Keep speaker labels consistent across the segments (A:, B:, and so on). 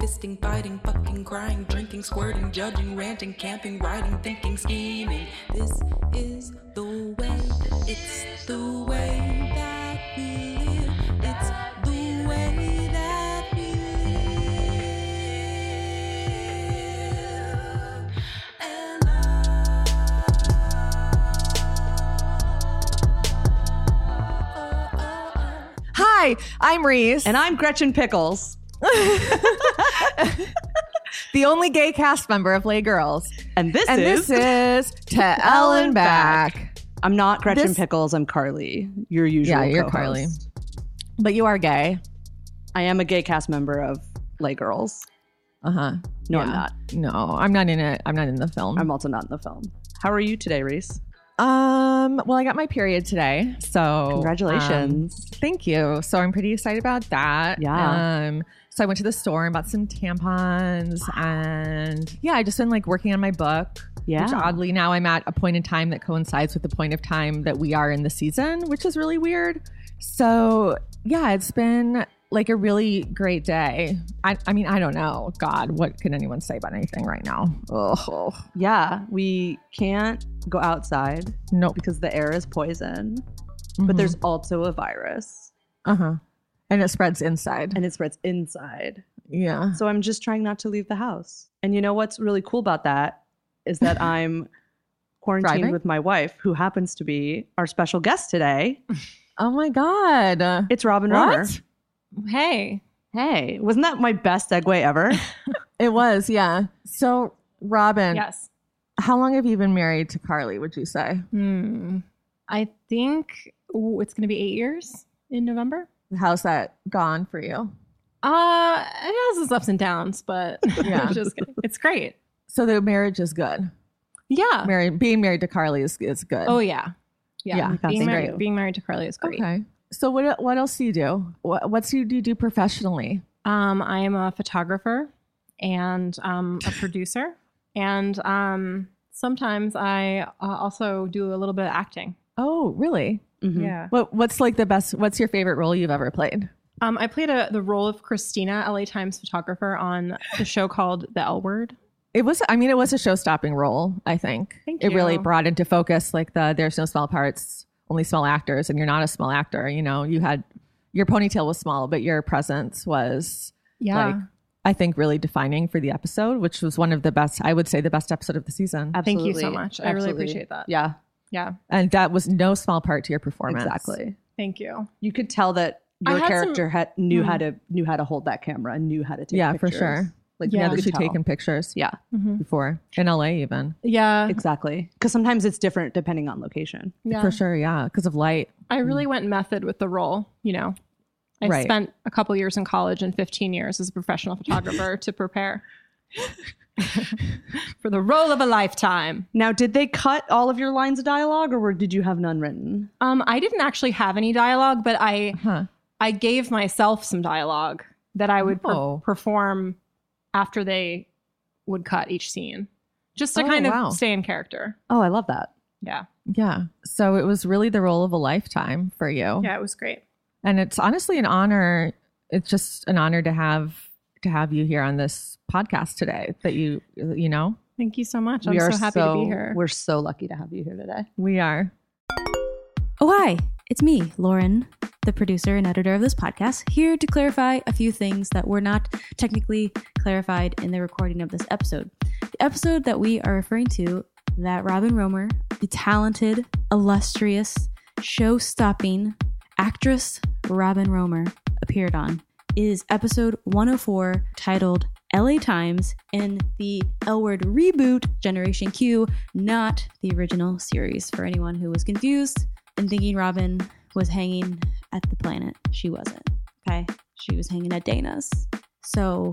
A: fisting, biting, fucking, crying, drinking, squirting, judging, ranting, camping, writing, thinking, scheming. This is the way. It's the way that we live. It's the way that we live. And I.
B: Hi, I'm Reese.
C: And I'm Gretchen Pickles.
B: the only gay cast member of Lay Girls.
C: And this
B: And
C: is.
B: this is To Ellen Back.
C: I'm not Gretchen
B: This-
C: Pickles. I'm Carly, your usual.
B: Yeah, you're
C: co-host.
B: Carly. But you are gay.
C: I am a gay cast member of Lay Girls.
B: Uh huh.
C: No, I'm not.
B: No, I'm not in it. I'm not in the film.
C: I'm also not in the film. How are you today, Reese?
B: um, well, I got my period today, so um,
C: Congratulations.
B: thank you. So I'm pretty excited about that.
C: Yeah.
B: Um, so I went to the store and bought some tampons, and yeah, I just been like working on my book. Which
C: yeah.
B: oddly now I'm at a point in time that coincides with the point of time that we are in the season, which is really weird. So yeah, it's been like a really great day. I, I mean, I don't know. God, what can anyone say about anything right now? Oh,
C: Yeah. We can't go outside
B: nope.
C: because the air is poison,
B: Mm-hmm.
C: but there's also a virus
B: uh huh, and it spreads inside.
C: and it spreads inside.
B: Yeah.
C: So I'm just trying not to leave the house. And you know what's really cool about that is that I'm quarantined
B: Driving?
C: with my wife, who happens to be our special guest today.
B: Oh my God.
C: It's Robin Romer.
B: What?
D: Hey.
C: Hey, wasn't that my best segue ever?
B: It was yeah. So Robin,
D: Yes.
B: how long have you been married to Carly? Would you say?
D: Hmm. I think ooh, it's going to be eight years in November.
B: How's that gone for you?
D: Uh, it has its ups and downs, but
B: Yeah.
D: it's, just kidding. It's great.
B: So the marriage is good.
D: Yeah.
B: married being married to Carly is, is good.
D: Uh, Oh yeah. Yeah.
B: Yeah,
C: that's
D: being,
C: great.
D: married, being married to Carly is great.
B: okay. So what what else do you do? What what's you do you do professionally?
D: Um, I am a photographer and um, a producer, and um, sometimes I uh, also do a little bit of acting.
B: Oh, really?
C: Mhm.
D: Yeah.
B: What what's like the best? What's your favorite role you've ever played?
D: Um, I played a, the role of Christina, LA Times photographer, on the show called The L Word.
B: It was I mean it was a show stopping role. I think
D: Thank
B: it really
D: you.
B: brought into focus like the there's no small parts, only small actors, and you're not a small actor. You know you had your ponytail was small, but your presence was
D: Yeah.
B: like I think really defining for the episode, which was one of the best. I would say the best episode of the season.
D: Thank you so
C: Absolutely.
D: much. I really
C: Absolutely.
D: appreciate that.
C: Yeah,
D: Yeah.
B: and that was no small part to your performance.
C: exactly.
D: Thank you.
C: You could tell that
D: I
C: your
D: had
C: character had knew
D: Mhm.
C: how to knew how to hold that camera and knew how to take
B: Yeah, for
C: pictures.
B: sure.
C: Like
D: Yeah,
B: Yeah,
C: you
B: that
C: could
B: she'd
C: tell.
B: taken pictures
C: Yeah,
B: before in LA, even
D: Mm-hmm. Yeah.
C: exactly. Because sometimes it's different depending on location.
D: yeah.
B: for sure. Yeah, because of light.
D: I really went method with the role, you know. I
B: Right.
D: spent a couple years in college and 15 years as a professional photographer to prepare for the role of a lifetime.
C: Now, did they cut all of your lines of dialogue, or were- did you have none written?
D: Um, I didn't actually have any dialogue, but I
B: Huh.
D: I gave myself some dialogue that I would per-
B: Oh.
D: perform after they would cut each scene, just to
B: Oh,
D: kind of
B: wow.
D: stay in character.
C: Oh, I love that.
D: Yeah,
B: Yeah. So it was really the role of a lifetime for you.
D: yeah, it was great.
B: And it's honestly an honor. It's just an honor to have to have you here on this podcast today. That you you know
D: Thank you so much. I'm so happy to be here.
C: We're so lucky to have you here today.
B: we are.
E: Oh, hi, it's me, Lauren, the producer and editor of this podcast, here to clarify a few things that were not technically clarified in the recording of this episode. The episode that we are referring to, that Robin Romer, the talented, illustrious, show stopping actress Robin Romer appeared on, is episode 104 titled LA Times in the L Word Reboot Generation Q, not the original series. For anyone who was confused, and thinking Robin was hanging at the planet. She wasn't. Okay. She was hanging at Dana's. So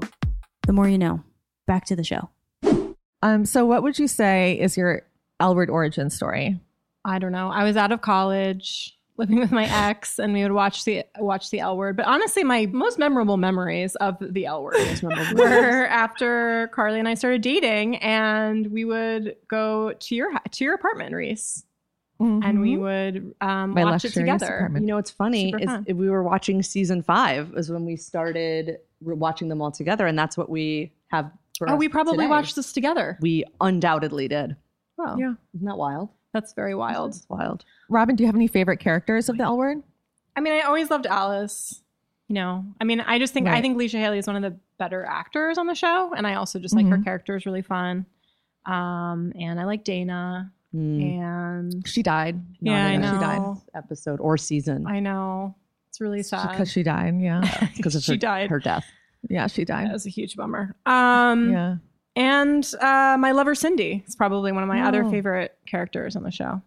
E: the more you know. Back to the show.
B: Um. So what would you say is your Elward origin story?
D: I don't know. I was out of college, living with my ex, and we would watch the watch the L Word. But honestly, my most memorable memories of the L Word were after Carly and I started dating, and we would go to your to your apartment, Reese, and we would
B: Mm-hmm.
D: um,
B: My
D: watch it
B: luxurious
D: together.
B: apartment.
C: You know, what's funny
D: Super
C: is
D: fun.
C: we were watching season five is when we started we're watching them all together, and that's what we have. For
D: Oh,
C: us
D: we probably
C: today.
D: watched this together.
C: We undoubtedly did.
D: Wow.
B: Yeah.
C: Isn't that wild?
D: That's very wild.
C: It's wild.
B: Robin, do you have any favorite characters of the L Word?
D: I mean, I always loved Alice. You know, I mean, I just think I
B: Right.
D: think Leisha Haley is one of the better actors on the show, and I also just like her
B: Mhm.
D: character is really fun. Um, and I like Dana,
C: Mm.
D: and
B: She died.
D: Yeah,
C: Not
D: I
C: in this
D: know.
C: episode or season
D: I know it's really sad
B: Because she died. Yeah.
C: because of
D: she
C: her,
D: died.
C: her death.
B: Yeah, she died.
D: that was a huge bummer. Um,
B: Yeah.
D: and uh, my lover Cindy is probably one of my other
B: Oh.
D: favorite characters on the show.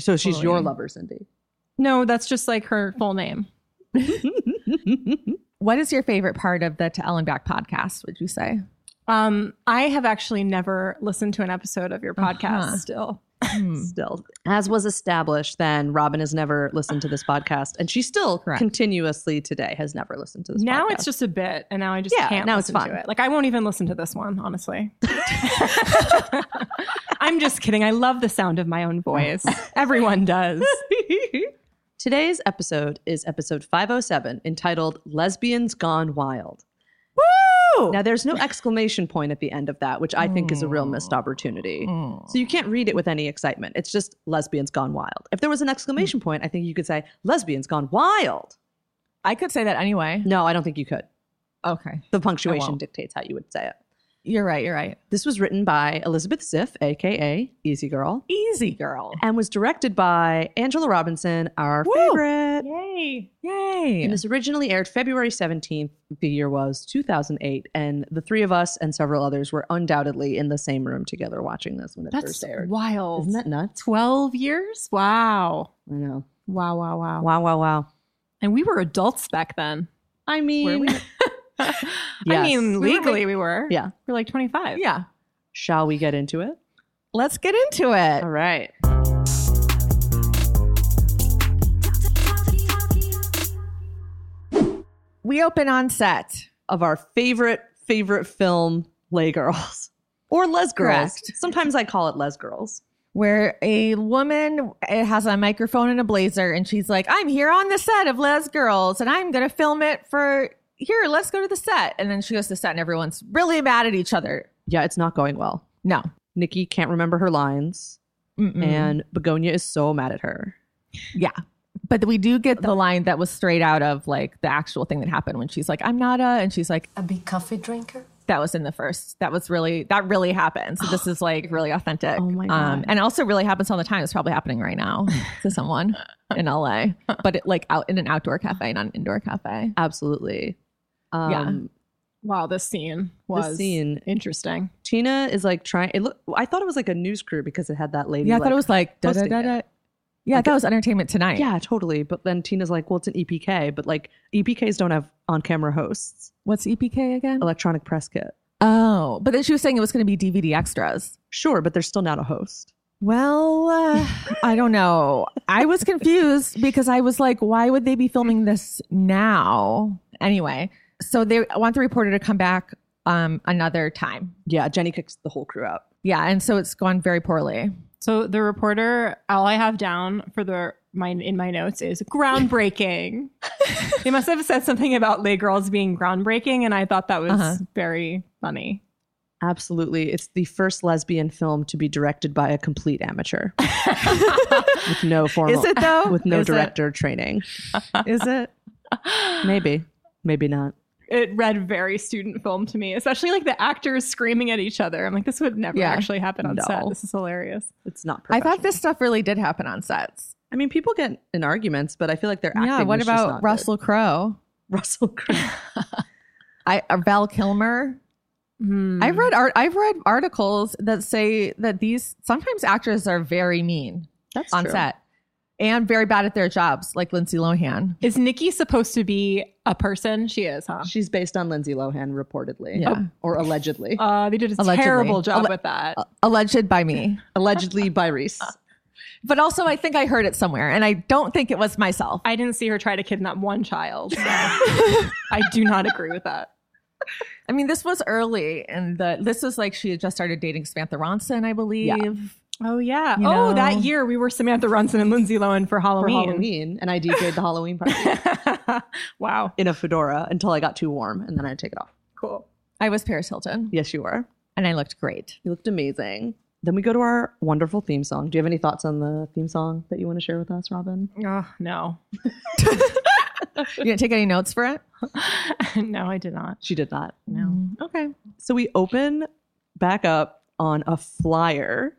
C: So she's your
B: Totally.
C: lover, Cindy.
D: No, that's just like her full name.
B: What is your favorite part of the To Ellen Back podcast, would you say?
D: Um, I have actually never listened to an episode of your podcast
B: Uh-huh.
D: still.
B: Hmm.
C: still, as was established, then Robin has never listened to this podcast, and she still
B: Correct.
C: continuously today has never listened to this.
D: now
C: podcast.
D: it's just a bit, and now I just
C: Yeah,
D: can't
C: now it's
D: listen
C: fun.
D: to it. Like I won't even listen to this one, honestly. I'm just kidding. I love the sound of my own voice. Everyone does.
C: Today's episode is episode 507 entitled Lesbians Gone Wild.
B: Woo!
C: Now, there's no exclamation point at the end of that, which I think is a real missed opportunity.
B: Mm.
C: So you can't read it with any excitement. It's just Lesbians Gone Wild. If there was an exclamation point, I think you could say Lesbians Gone Wild.
B: I could say that anyway.
C: No, I don't think you could.
B: Okay.
C: The punctuation
B: won't.
C: dictates how you would say it.
B: You're right. You're right.
C: This was written by Elizabeth Ziff, aka Easy Girl,
B: Easy girl.
C: and was directed by Angela Robinson, our
B: Woo!
C: favorite.
D: Yay.
B: Yay.
C: And this originally aired February 17th. The year was 2008. And the three of us and several others were undoubtedly in the same room together watching this when it
D: That's
C: first aired.
D: wild.
C: Isn't that nuts?
D: 12 years? Wow.
C: I know.
D: Wow, wow, wow.
C: Wow, wow, wow.
D: And we were adults back then.
C: I mean,
D: Were we? I
C: Yes.
B: We
D: mean,
B: were
D: legally we were.
C: Yeah.
D: We were like 25.
B: yeah.
C: shall we get into it?
B: Let's get into it.
C: All right.
B: We open on set.
C: Of our favorite, favorite film, Lay Girls or Les Girls.
B: Correct.
C: Sometimes I call it Les Girls.
B: where a woman uh, has a microphone and a blazer and she's like i'm here on the set of les girls and i'm gonna film it for here let's go to the set and then she goes to the set and everyone's really mad at each other
C: Yeah, it's not going well.
B: no
C: Nikki can't remember her lines,
B: Mm-mm.
C: and Begonia is so mad at her.
B: but we do get the line that was straight out of like the actual thing that happened when she's like i'm not a and she's like
F: A big coffee drinker?
B: that was in the first that was really that really happened so this is like really authentic Um,
C: Oh my God.
B: and also really happens all the time it's probably happening right now to someone in la but it, like out in an outdoor cafe not an indoor cafe
C: Absolutely.
B: Yeah.
C: Um,
D: Wow, this scene was
C: The scene.
D: interesting.
C: Tina is like trying. It look. I thought it was like a news crew because it had that lady.
B: Yeah, I
C: like-
B: thought it was like da da
C: posting
B: da
C: it.
B: da. Yeah, I thought it was Entertainment Tonight.
C: Yeah, totally. But then Tina's like, "Well, it's an EPK, but like EPKs don't have on-camera hosts.
B: What's EPK again?
C: Electronic press kit.
B: Oh, but then she was saying it was going to be DVD extras.
C: Sure, but there's still not a host.
B: Well, uh, I don't know. I was confused because I was like, why would they be filming this now? Anyway, so they want the reporter to come back um, another time.
C: Yeah, Jenny kicks the whole crew out.
B: Yeah, and so it's gone very poorly.
D: So the reporter, all I have down for the my in my notes is groundbreaking. they must have said something about lay girls being groundbreaking, and I thought that was
B: Uh-huh.
D: very funny.
C: Absolutely, it's the first lesbian film to be directed by a complete amateur with no formal.
B: Is it though?
C: With no
B: Is it?
C: director training.
B: Is it?
C: Maybe, maybe not.
D: It read very student film to me, especially like the actors screaming at each other. I'm like, this would never
B: Yeah.
D: actually happen on
C: No.
D: set. This is hilarious.
C: It's not.
B: I thought this stuff really did happen on sets.
C: I mean, people get in arguments, but I feel like they're acting.
B: yeah. What
C: was just
B: about
C: not good.
B: Russell Crowe?
C: Russell Crowe.
B: I or Val Kilmer. I've read art. I've read articles that say that these sometimes actors are very mean
C: That's
B: on set and very bad at their jobs, like Lindsay Lohan.
D: Is Nikki supposed to be a person? She is, huh?
C: She's based on Lindsay Lohan, reportedly. Oh,
B: Yeah.
C: Or allegedly.
D: Uh, they did a
B: Allegedly.
D: terrible job
B: Alle- uh,
D: with that.
B: Alleged by me,
C: allegedly by Reese.
B: but also I think I heard it somewhere, and I don't think it was myself.
D: I didn't see her try to kidnap one child. so I do not agree with that.
B: I mean, this was early, and the this was like she had just started dating Samantha Ronson, I believe.
D: Oh yeah.
B: You
D: oh, that
B: know?
D: year we were Samantha Ronson and Lindsay Lohan for
C: For
D: Halloween.
C: Halloween. And I DJ'd the Halloween party.
D: wow.
C: in a fedora until I got too warm and then I'd take it off.
D: Cool.
B: I was Paris Hilton
C: Yes, you were.
B: and I looked great.
C: You looked amazing. Then we go to our wonderful theme song. Do you have any thoughts on the theme song that you want to share with us, Robin?
D: Oh, no.
B: You didn't take any notes for it? Mm-hmm.
D: no, I did not.
C: She did not.
D: No.
C: Okay. So we open back up on a flyer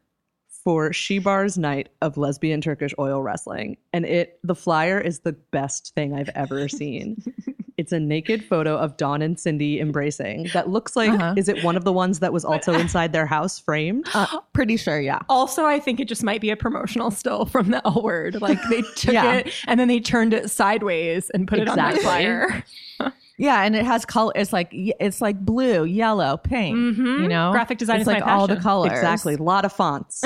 C: for Shebar's night of lesbian Turkish oil wrestling. And it the flyer is the best thing I've ever seen. it's a naked photo of Don and Cindy embracing that looks like
B: Uh-huh.
C: is it one of the ones that was also inside their house framed?
B: Uh, pretty sure, yeah.
D: Also, I think it just might be a promotional still from the L word. Like they took
B: Yeah.
D: it and then they turned it sideways and put it on the
C: Exactly.
D: flyer.
B: Yeah, and it has color. It's like it's like blue, yellow, pink.
D: Mhm.
B: You know,
D: Graphic
B: It's
D: design is
B: like
D: my
B: all the
D: passion.
B: colors.
C: Exactly. A lot of fonts.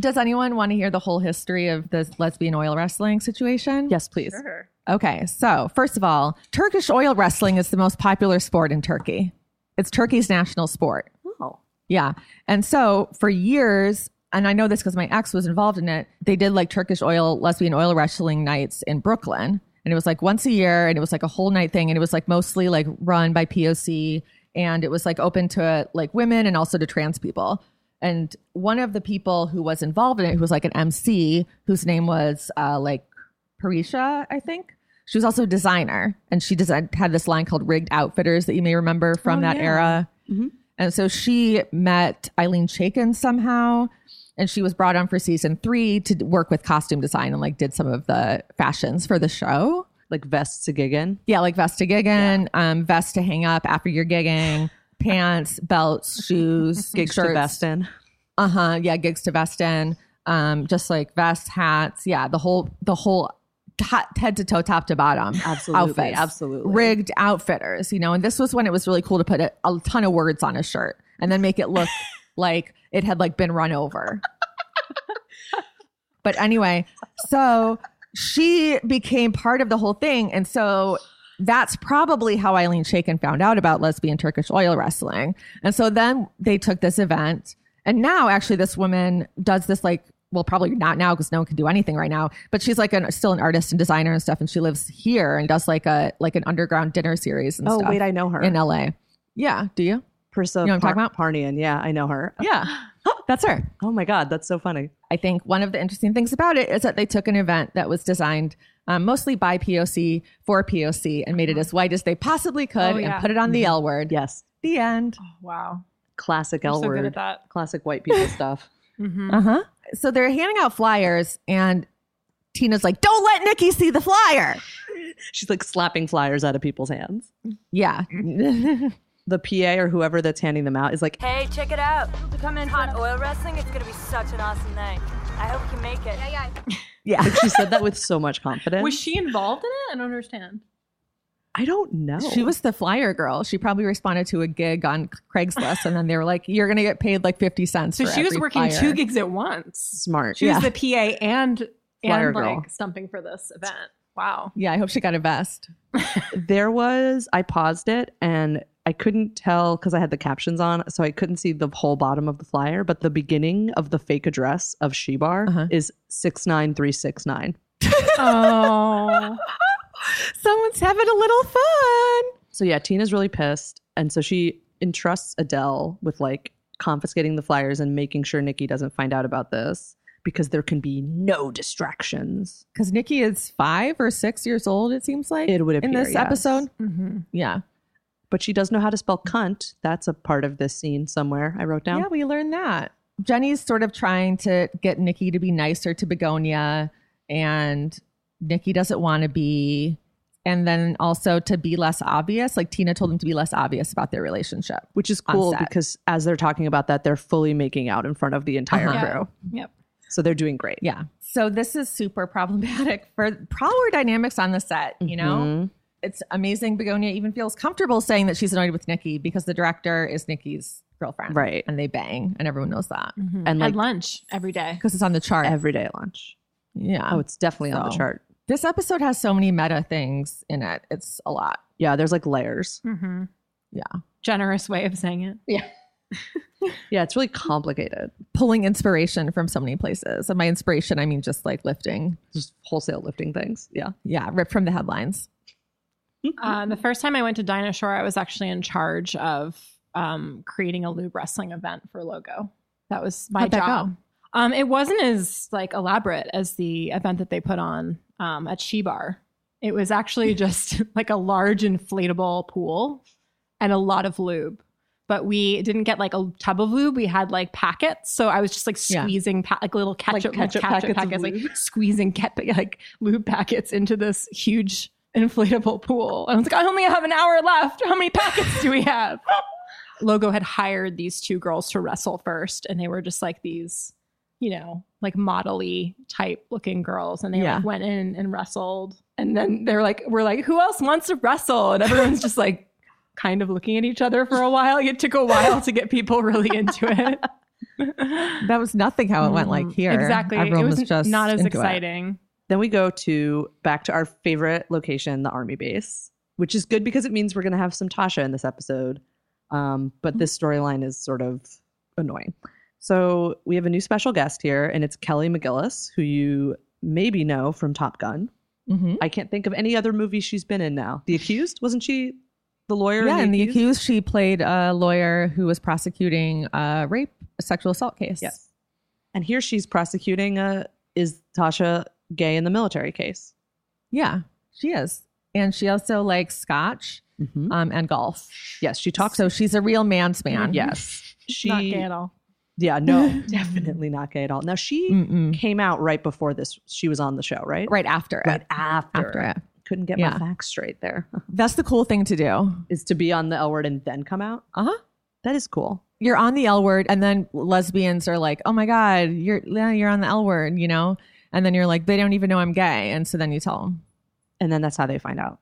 B: Does anyone want to hear the whole history of this lesbian oil wrestling situation?
C: yes, please.
D: Sure.
B: Okay. So, first of all, Turkish oil wrestling is the most popular sport in Turkey. It's Turkey's national sport.
C: Oh.
B: Yeah. And so for years, and I know this because my ex was involved in it, they did like Turkish oil, lesbian oil wrestling nights in Brooklyn. And it was like once a year and it was like a whole night thing. And it was like mostly like run by POC and it was like open to like women and also to trans people. And one of the people who was involved in it, who was like an MC, whose name was uh, like Parisha, I think. She was also a designer and she designed, had this line called Rigged Outfitters that you may remember from
D: Oh,
B: that
D: yeah.
B: era.
C: Mhm.
B: And so she met Eileen Chaikin somehow, and she was brought on for season three to d- work with costume design and like did some of the fashions for the show.
C: Like vests to gig in.
B: Yeah, like vest to gigging, um, vest to hang up after you're gigging, pants, belts, shoes,
C: Gigs to
B: shirts.
C: vest in.
B: Uh huh. Yeah, gigs to vest in. Um, just like vests, hats. Yeah, the whole the whole hot, head to toe, top to bottom.
C: Absolutely.
B: Outfits.
C: Absolutely.
B: rigged outfitters, you know. And this was when it was really cool to put a, a ton of words on a shirt and then make it look like it had like been run over. but anyway, so she became part of the whole thing, and so that's probably how Eileen Shaken found out about lesbian Turkish oil wrestling. And so then they took this event, and now actually this woman does this like. Well, probably not now because no one can do anything right now. But she's like an, still an artist and designer and stuff, and she lives here and does like a like an underground dinner series and
C: Oh,
B: stuff
C: wait, I know her.
B: in LA. Yeah, do you?
C: Persa
B: You know what I'm talking about?
C: Parnian. Yeah, I know her.
B: Yeah, that's her.
C: Oh my God, that's so funny.
B: I think one of the interesting things about it is that they took an event that was designed um, mostly by POC for POC and made it as white as they possibly could
D: Uh-huh. Oh, yeah.
B: and put it on the L word.
C: Yes,
B: The end.
D: Oh, wow.
C: classic
D: You're
C: L
D: so
C: word.
D: good at that.
C: Classic white people stuff.
D: Mhm.
B: Uh huh. So they're handing out flyers, and Tina's like, "Don't let Nikki see the flyer."
C: She's like slapping flyers out of people's hands.
B: Yeah.
D: Mm-hmm.
C: The PA or whoever that's handing them out is like,
F: Hey, check it out. Come in hot oil wrestling. It's gonna be such an awesome night. I hope you make it.
B: yeah.
C: like she said that with so much confidence.
D: Was she involved in it? I don't understand.
C: I don't know.
B: She was the flyer girl. She probably responded to a gig on Craigslist, and then they were like, "You're gonna get paid like fifty cents."
D: So
B: for
D: she was
B: every
D: working
B: flyer.
D: two gigs at once.
C: smart.
D: She
B: Yeah.
D: was the PA and
C: Flyer
D: and like
C: girl.
D: stumping for this event. Wow.
B: Yeah, I hope she got a vest.
C: There was, I paused it and I couldn't tell because I had the captions on, so I couldn't see the whole bottom of the flyer. But the beginning of the fake address of Shebar
B: Uh-huh.
C: is 69369.
D: Oh.
B: Someone's having a little fun.
C: So yeah, Tina's really pissed, and so she entrusts Adele with like confiscating the flyers and making sure Nikki doesn't find out about this because there can be no distractions.
B: because Nikki is five or six years old. It seems like
C: It would
B: in
C: appear,
B: this
C: yes. Mm-hmm.
B: episode.
D: Mhm.
B: Yeah,
C: But she does know how to spell cunt. That's a part of this scene somewhere I wrote down.
B: yeah, we learned that. Jenny's sort of trying to get Nikki to be nicer to Begonia, and Nikki doesn't want to be. And then also to be less obvious, like Tina told them to be less obvious about their relationship.
C: Which is
B: On
C: cool
B: set.
C: because as they're talking about that, they're fully making out in front of the entire
B: Uh-huh.
C: crew.
D: Yep.
C: So they're doing great.
B: Yeah. So this is super problematic for power dynamics on the set, you know?
C: Mhm.
B: It's amazing Begonia even feels comfortable saying that she's annoyed with Nikki because the director is Nikki's girlfriend.
C: Right.
B: And they bang and everyone knows that.
D: Mhm.
C: And, like-
D: At lunch every day.
B: Because it's on the chart.
C: Every day at lunch.
B: Yeah.
C: Oh, it's definitely on the
B: Um, So-
C: chart.
B: This episode has so many meta things in it. It's a lot.
C: Yeah, there's like layers.
D: Mm-hmm.
B: Yeah.
D: Generous way of saying it.
C: Yeah, it's really complicated.
B: Pulling inspiration from so many places. And by inspiration, I mean just like lifting.
C: Just wholesale lifting things. Yeah.
B: Yeah, ripped from the headlines.
D: Um, the first time I went to Dinosaur, I was actually in charge of um, creating a lube wrestling event for Logo. That was my
B: How'd that
D: job. Um, it wasn't as like elaborate as the event that they put on um, at She Bar. It was actually just like a large inflatable pool and a lot of lube. But we didn't get like a tub of lube. We had like packets. So I was just like
B: Yeah.
D: squeezing pa- like little ketchup,
C: Like ketchup
D: packets,
C: packets of
D: like squeezing ke- like lube packets into this huge inflatable pool. And I was like, I only have an hour left. How many packets do we have? Logo had hired these two girls to wrestle first, and they were just like these, you know, like modely type looking girls. And they
B: Yeah.
D: like went in and wrestled. And then they were like, we're like, who else wants to wrestle? And everyone's just like kind of looking at each other for a while. It took a while to get people really into it.
B: That was nothing how it went like
D: Mm,
B: here.
D: Exactly.
B: Everyone
D: it was,
B: was, just
D: not as
B: into it.
D: exciting.
C: Then we go to back to our favorite location, the army base, which is good because it means we're going to have some Tasha in this episode. Um,
B: Mm-hmm.
C: but this storyline is sort of annoying. So we have a new special guest here, and it's Kelly McGillis, who you maybe know from Top Gun.
B: Mhm.
C: I can't think of any other movie she's been in now. The Accused? Wasn't she the lawyer?
B: Yeah, in the accused, she played a lawyer who was prosecuting a rape, a sexual assault case.
C: Yes. And here she's prosecuting a is Tasha gay in the military case.
B: Yeah, she is, and she also likes scotch
C: Mm-hmm.
B: um, and golf.
C: Yes, she talks.
B: So she's a real man's
D: Mm-hmm.
B: man.
C: Yes, she.
D: not gay at all.
C: Yeah, no, definitely not gay at all. Now she
B: Mm-mm.
C: came out right before this. She was on the show, right?
B: Mm. Right after it.
C: Right after.
B: After it.
C: Couldn't get my
B: Yeah.
C: facts straight. There
B: That's the cool thing to do.
C: is to be on the L word and then come out.
B: Uh huh.
C: That is cool.
B: You're on the L word, and then lesbians are like, "Oh my god, you're yeah, you're on the L word," you know. And then you're like, "They don't even know I'm gay," and so then you tell them.
C: And then that's how they find out.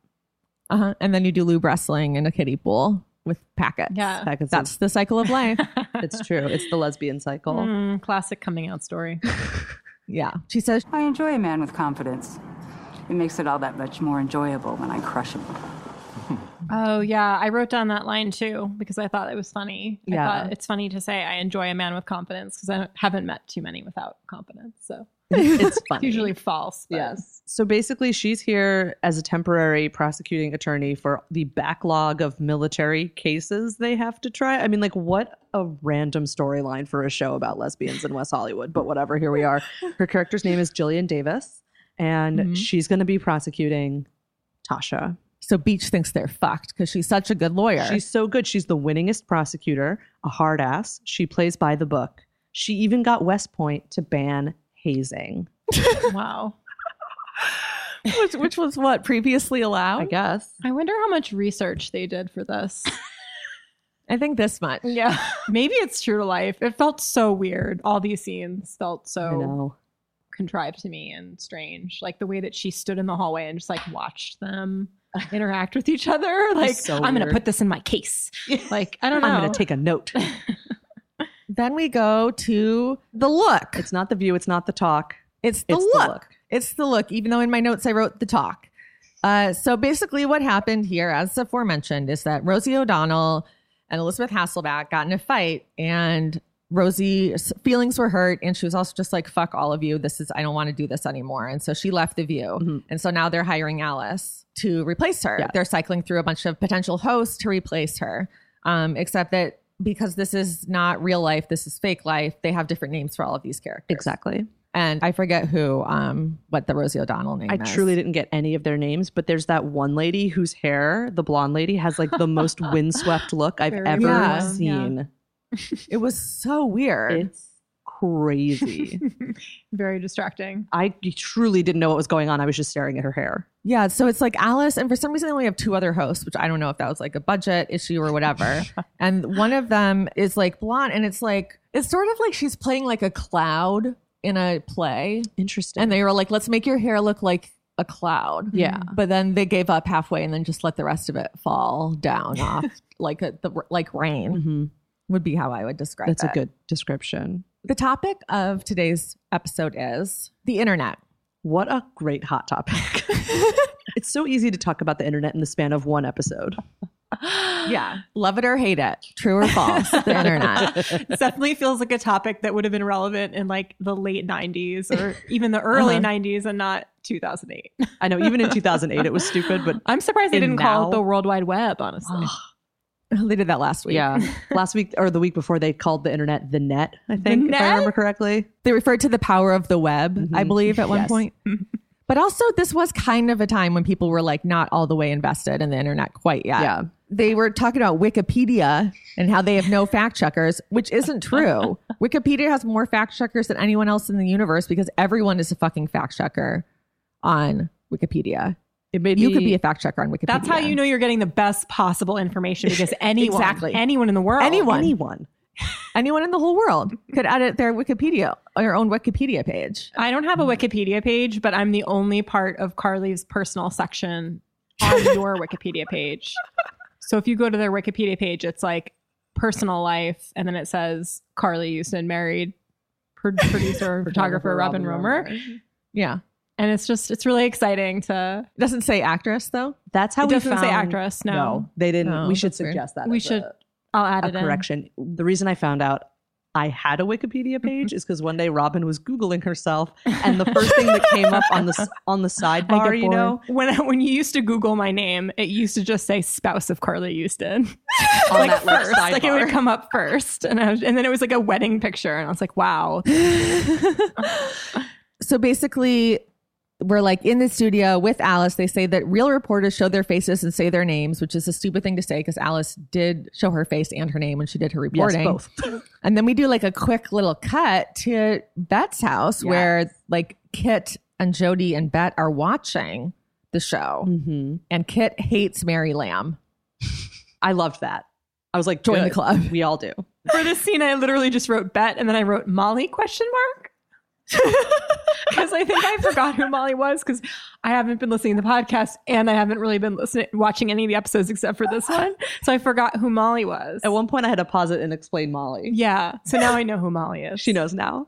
B: Uh huh. And then you do lube wrestling in a kiddie pool with packets.
D: Yeah.
C: Back and
B: That's the cycle of life.
C: it's true. It's the lesbian cycle.
D: Mm, classic coming out story.
B: yeah. She says
G: I enjoy a man with confidence. It makes it all that much more enjoyable when I crush him.
D: Oh yeah, I wrote down that line too because I thought it was funny.
C: Yeah.
D: I thought it's funny to say I enjoy a man with confidence because I don't- haven't met too many without confidence. So
C: It's
D: it's
C: funny.
D: usually false. but-
C: Yes. So basically, she's here as a temporary prosecuting attorney for the backlog of military cases they have to try. I mean, like, what a random storyline for a show about lesbians in West Hollywood, but whatever, here we are. Her character's name is Jillian Davis, and
D: Mm-hmm.
B: Mhm.
C: she's going to be prosecuting Tasha.
B: So Beach thinks they're fucked because she's such a good lawyer.
C: She's so good. She's the winningest prosecutor, a hard ass. She plays by the book. She even got West Point to ban hazing,
D: Wow.
B: which, which was what previously allowed.
C: I
D: Oh.
B: I,
C: guess.
D: I wonder how much research they did for this.
B: think this much.
D: yeah. Maybe it's true to life. It felt so weird. All these scenes felt
C: I
D: so
C: know.
D: contrived to me and strange. Like the way that she stood in the hallway and just like watched them interact with each other. Like
C: so
D: I'm gonna
C: weird.
D: put this in my case. Like I don't know.
C: I'm going to take a note.
B: Then we go to the look. It's,
C: It's not the view. It's not the talk.
B: the,
C: It's
B: look.
C: the look.
B: It's the look. Even though in my notes I wrote the talk. Uh, so basically, what happened here, as aforementioned, is that Rosie O'Donnell and Elizabeth Hasselback got in a fight, and Rosie's feelings were hurt, and she was also just like, "Fuck all of you. This is I don't want to do this anymore." And so she left the View.
C: Mhm.
B: And so now they're hiring Alice to replace her.
C: Yeah.
B: They're cycling through a bunch of potential hosts to replace her. Um, except that because this is not real life, this is fake life, they have different names for all of these characters.
C: Exactly.
B: And I forget who, um, what the Rosie O'Donnell name
C: I
B: is.
C: truly didn't get any of their names, but there's that one lady whose hair, the blonde lady, has like the most windswept look I've
D: Very
C: ever
B: Yeah.
D: blonde, yeah.
C: seen.
B: It was so weird.
C: It's crazy.
D: Very distracting.
C: I truly didn't know what was going on. I was just staring at her hair.
B: yeah. So it's like Alice, and for some reason they only have two other hosts, which I don't know if that was like a budget issue or whatever. and one of them is like blonde, and it's like it's sort of like she's playing like a cloud in a play.
C: Interesting.
B: And they were like, let's make your hair look like a cloud. Mm-hmm.
C: Yeah.
B: But then they gave up halfway and then just let the rest of it fall down off like a, the like rain
C: Mhm.
B: would be how I would describe
C: That's a
B: it.
C: good description.
B: The topic of today's episode is the internet.
C: What a great hot topic. it's so easy to talk about the internet in the span of one episode.
B: Yeah. Love it or hate it. True or false. The internet.
D: it definitely feels like a topic that would have been relevant in like the late 90s or even the early
B: Uh-huh.
D: 90s and not 2008.
C: I know even in 2008 it was stupid, but
D: I'm surprised they
C: And
D: didn't call
C: now-
D: it the World Wide Web, honestly.
B: they did that last week.
C: yeah, last week or the week before they called the internet the net. I think if I
D: net?
C: remember correctly.
B: They referred to the power of the web, I
C: Mhm.
B: believe, at one
C: Yes.
B: point. But also, this was kind of a time when people were like not all the way invested in the internet quite yet.
C: Yeah.
B: They were talking about Wikipedia and how they have no fact checkers, which isn't true. Wikipedia has more fact checkers than anyone else in the universe because everyone is a fucking fact checker on Wikipedia.
C: It made
B: You
C: me-
B: could be a fact checker on Wikipedia.
D: That's how you know you're getting the best possible information because anyone,
B: Exactly.
D: anyone in the world,
B: Anyone.
C: Oh, anyone.
B: anyone in the whole world could edit their Wikipedia, their own Wikipedia page.
D: I don't have a
C: Mm.
D: Wikipedia page, but I'm the only part of Carly's personal section on your Wikipedia page. So if you go to their Wikipedia page, it's like personal life, and then it says Carly Houston married pro- producer and photographer Robin, Romer.
B: Yeah.
D: and it's just it's really exciting to.
B: Doesn't say actress though.
C: That's how
D: it
C: we
D: doesn't
C: found,
D: say actress. No,
C: they didn't.
B: No,
C: we should
B: that's weird.
C: suggest that
D: we
C: as
D: should.
C: a-
D: i I'll add
C: a
D: it in.
C: correction. The reason I found out I had a Wikipedia page is because one day Robin was googling herself, and the first thing that came up on the s- on the sidebar, you know,
D: when when you used to Google my name, it used to just say "spouse of Carly Houston"
C: on
D: like
C: that
D: first,
C: left
D: like it would
C: sidebar.
D: come up first, and I was, and then it was like a wedding picture, and I was like, "Wow,
B: So basically, we're like in the studio with Alice. They say that real reporters show their faces and say their names, which is a stupid thing to say because Alice did show her face and her name when she did her
C: Yes,
B: reporting.
C: both.
B: And then we do like a quick little cut to Bet's house where like Kit and Jody and Bet are watching the show,
D: Mm-hmm.
C: hmm
B: and Kit hates Mary Lamb.
C: I loved that. I was like,
B: Join the
C: good.
B: club.
C: We all do.
D: for this scene, I literally just wrote Bet, and then I wrote Molly question mark because I think I forgot who Molly was because I haven't been listening to the podcast, and I haven't really been listening watching any of the episodes except for this one, so I forgot who Molly was.
C: At one point, I had to pause it and explain Molly.
D: yeah, so now I know who Molly is.
C: She knows now.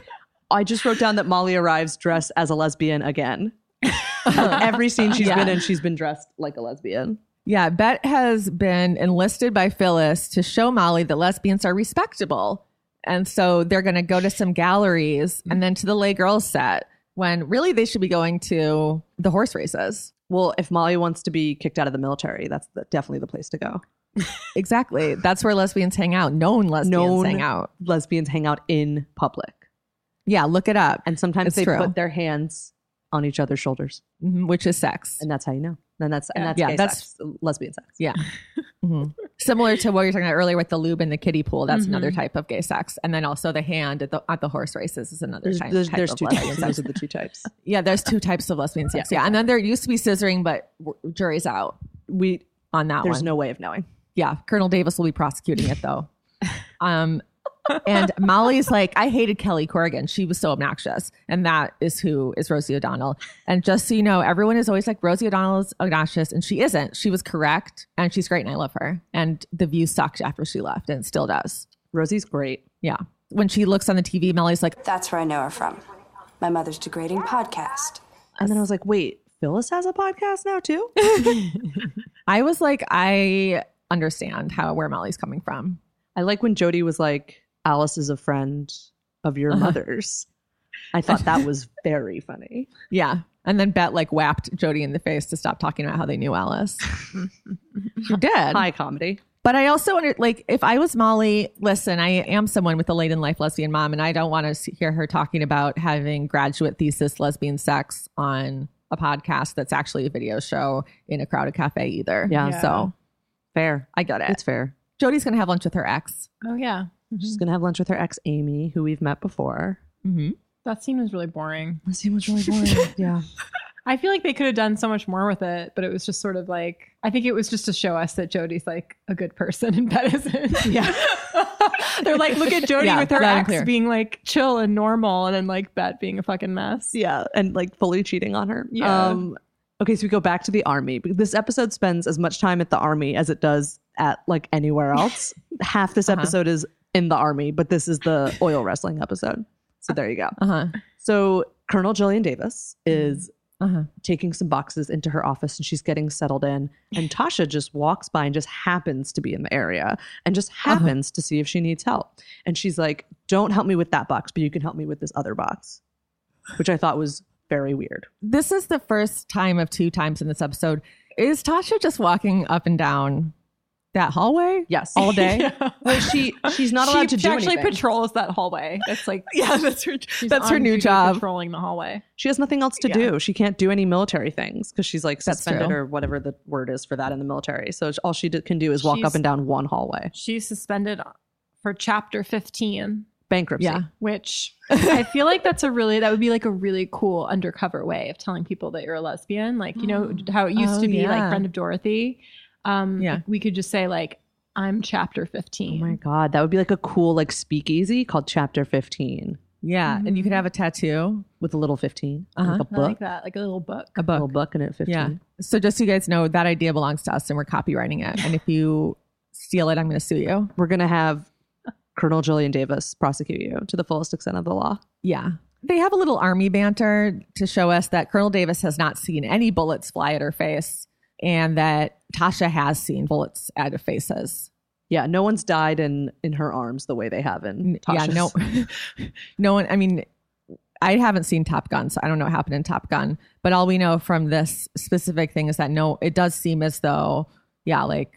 C: I just wrote down that Molly arrives dressed as a lesbian again. Every scene she's been in, she's been dressed like a lesbian.
B: Yeah, Bet has been enlisted by Phyllis to show Molly that lesbians are respectable. And so they're going to go to some galleries and then to the Lay Girls set when really they should be going to the horse races.
C: Well, if Molly wants to be kicked out of the military, that's the, definitely the place to go.
B: Exactly. That's where lesbians hang out. Known lesbians
C: Known-
B: hang out.
C: Lesbians hang out in public.
B: Yeah, look it up,
C: And sometimes
B: It's
C: they
B: true.
C: put their hands on each other's shoulders.
B: Mhm, which is sex.
C: And that's how you know. And that's
D: Yeah.
C: and that's
B: Yeah,
C: gay
B: that's-
C: sex, lesbian sex.
B: Yeah. Mhm. Similar to what you're talking about earlier with the lube and the kiddie pool. That's
D: Mhm.
B: another
C: Mm-hmm.
B: type of gay sex. And then also the hand at the, at the horse races is another
C: There's,
B: type,
C: there's,
B: type
C: there's
B: of
C: two
B: lesbian
C: types.
B: sex.
C: Those are the two types.
B: Yeah, there's two types of lesbian sex. Yeah, and then there used to be scissoring, but w- jury's out
C: We
B: on that
C: there's
B: one.
C: no way of knowing.
B: yeah, Colonel Davis will be prosecuting it though. um, and Molly's like, I hated Kelly Corrigan. She was so obnoxious, and that is who is Rosie O'Donnell. And just so you know, everyone is always like Rosie O'Donnell is obnoxious, and she isn't. She was correct, and she's great, and I love her. And the view sucked after she left, and it still does.
C: Rosie's great.
B: Yeah, when she looks on the TV, Molly's like,
H: That's where I know her from. My mother's degrading podcast.
C: And then I was like, wait, Phyllis has a podcast now too?
B: I was like, I understand how where Molly's coming from.
C: I like when Jody was like, Alice is a friend of your mother's. I thought that was very funny.
B: Yeah. And then Bet like whapped Jody in the face to stop talking about how they knew Alice. she did.
C: High comedy.
B: But I also wonder, like, if I was Molly, listen, I am someone with a late in life lesbian mom, and I don't want to hear her talking about having graduate thesis lesbian sex on a podcast that's actually a video show in a crowded cafe either.
C: Yeah.
D: Yeah.
B: So
C: Fair.
B: I get it.
C: It's fair.
B: Jody's going to have lunch with her ex.
D: Oh yeah,
C: She's gonna have lunch with her ex Amy, who we've met before.
B: Mm-hmm.
D: that scene was really boring.
C: That scene was really boring. yeah.
D: I feel like they could have done so much more with it, but it was just sort of like I think it was just to show us that Jody's like a good person and Bet isn't. Yeah. They're like, look at Jody
B: Yeah,
D: with her
B: loud and
D: ex
B: clear.
D: being like chill and normal and then like Bet being a fucking mess.
C: Yeah. And like fully cheating on her.
D: Yeah.
C: Um okay, so we go back to the army. But This episode spends as much time at the army as it does at like anywhere else. Half this
B: Uh-huh.
C: episode is in the army, but this is the oil wrestling episode. So there you go.
B: Uh huh.
C: So Colonel Jillian Davis is
B: Uh huh.
C: taking some boxes into her office and she's getting settled in. And Tasha just walks by and just happens to be in the area and just
B: Uh-huh.
C: happens to see if she needs help. And she's like, Don't help me with that box, but you can help me with this other box, which I thought was very weird.
B: This is the first time of two times in this episode. Is Tasha just walking up and down that hallway?
C: Yes.
B: All day?
C: Well, she she's not allowed
D: she,
C: to
D: she
C: do
D: actually
C: anything.
D: patrols that hallway. That's like
B: Yeah, that's her
D: she's
B: that's her
D: on
B: new
D: duty
B: job.
D: patrolling the hallway.
C: she has nothing else to do. She can't do any military things because she's like
B: That's
C: suspended
B: true.
C: or whatever the word is for that in the military. So all she d- can do is walk
D: She's-
C: up and down one hallway.
D: She's suspended for chapter 15,
C: Bankruptcy.
B: Yeah.
D: which I feel like that's a really that would be like a really cool undercover way of telling people that you're a lesbian. Like, you know how it used
B: Oh,
D: to be like
B: yeah.
D: friend of Dorothy. Um
B: Yeah.
D: we could just say like I'm chapter 15.
C: Oh my god, that would be like a cool like speakeasy called Chapter 15
B: Yeah. And you could have a tattoo.
C: with a little 15,
B: Uh-huh.
C: like a
D: I
C: book,
D: like that, like a little book.
B: A
C: a
B: book.
C: little book in it 15.
B: Yeah. So just so you guys know, that idea belongs to us and we're copywriting it. And if you steal it, I'm gonna sue you.
C: We're gonna have Colonel Julian Davis prosecute you to the fullest extent of the law.
B: Yeah. They have a little army banter to show us that Colonel Davis has not seen any bullets fly at her face and that Tasha has seen bullets at her faces.
C: Yeah, no one's died in in her arms the way they have in Tasha's.
B: Yeah, no no one I mean I haven't seen Top Gun, so I don't know what happened in Top Gun. But all we know from this specific thing is that no it does seem as though, yeah, like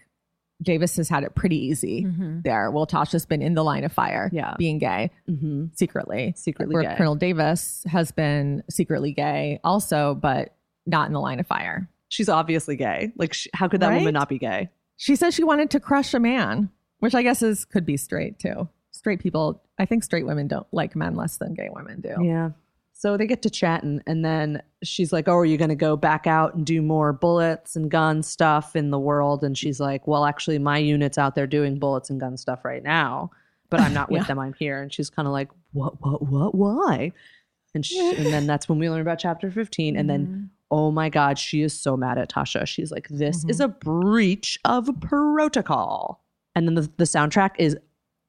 B: Davis has had it pretty easy
C: Mm-hmm.
B: there. Well, Tasha's been in the line of fire,
C: Yeah.
B: being gay
C: Mhm.
B: secretly.
C: Secretly
B: where
C: gay.
B: Colonel Davis has been secretly gay also, but not in the line of fire.
C: She's obviously gay. Like, sh- how could that
B: Right?
C: woman not be gay?
B: She says she wanted to crush a man, which I guess is could be straight too. Straight people, I think straight women don't like men less than gay women do.
C: Yeah. So they get to chatting, and then she's like, "Oh, are you going to go back out and do more bullets and gun stuff in the world?" And she's like, "Well, actually, my unit's out there doing bullets and gun stuff right now, but I'm not with
B: Yeah.
C: them. I'm here." And she's kind of like, "What? What? What? Why?" And she, and then that's when we learn about chapter 15, and
B: Mm-hmm.
C: then. Oh my God, she is so mad at Tasha. She's like, this is
B: Mm-hmm.
C: a breach of protocol. And then the, the soundtrack is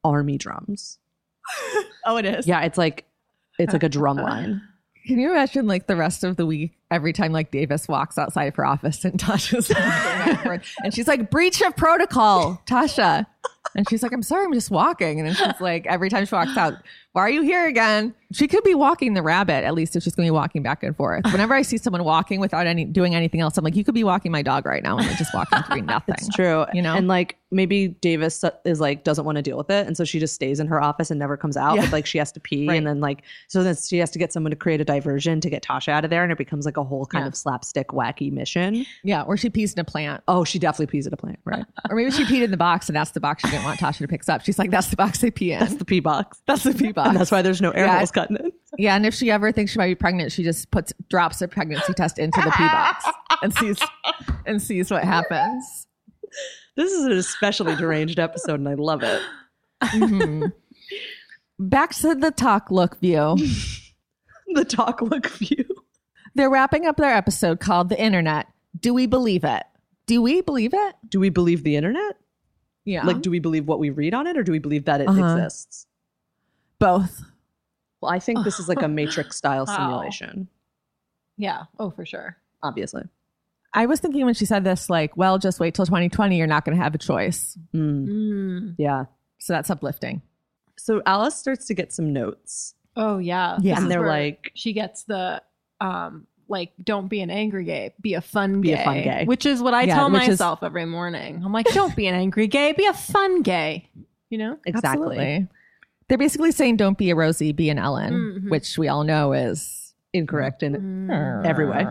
C: army drums.
B: Oh, it is.
C: Yeah, it's like it's like a drum line.
B: Can you imagine like the rest of the week every time like Davis walks outside of her office and Tasha's and she's like breach of protocol, Tasha. And she's like, I'm sorry, I'm just walking. And then she's like, every time she walks out, why are you here again? She could be walking the rabbit, at least if she's going to be walking back and forth. Whenever I see someone walking without any doing anything else, I'm like, you could be walking my dog right now and they're just walking through nothing.
C: It's true.
B: You know?
C: and like maybe Davis is like doesn't want to deal with it, and so she just stays in her office and never comes out. But like she has to pee,
B: Right.
C: and then like so then she has to get someone to create a diversion to get Tasha out of there, and it becomes like a whole kind
B: Yeah.
C: of slapstick wacky mission.
B: Yeah. Or she pees in a plant.
C: Oh, she definitely pees at a plant, right?
B: Or maybe she peed in the box and that's the box she didn't want Tasha to pick up. She's like, that's the box they pee in.
C: That's the pee box,
B: That's the pee box.
C: and that's why there's no air
B: Yeah.
C: holes cutting it.
B: Yeah, and if she ever thinks she might be pregnant, she just puts drops a pregnancy test into the pee box and sees and sees what happens.
C: This is an especially deranged episode, and I love it.
B: Mhm. Back to the talk look view.
C: The talk look view.
B: They're wrapping up their episode called "The Internet." Do we believe it? Do we believe it?
C: Do we believe the internet?
B: Yeah,
C: Like, do we believe what we read on it, or do we believe that it
B: Uh-huh.
C: exists?
B: both.
C: Well, I think this is like a matrix style
D: Wow.
C: simulation,
D: Yeah. Oh, for sure.
C: obviously.
B: I was thinking when she said this, like, well, just wait till 2020. You're not going to have a choice.
C: Mm,
D: Mm.
C: yeah.
B: So that's uplifting.
C: So Alice starts to get some notes,
D: Oh, yeah.
B: Yeah.
D: This
C: and
D: is
C: they're
D: where
C: like,
D: she gets the um like don't be an angry gay be a fun
C: Be
D: gay
C: a fun gay.
D: which is what i
B: Yeah,
D: tell
B: which is-
D: myself every morning i'm like don't be an angry gay be a fun gay you know
B: Absolutely. They're basically saying, "Don't be a Rosie, be an Ellen,"
D: Mhm.
B: which we all know is
C: incorrect in
B: Mm-hmm.
C: every way.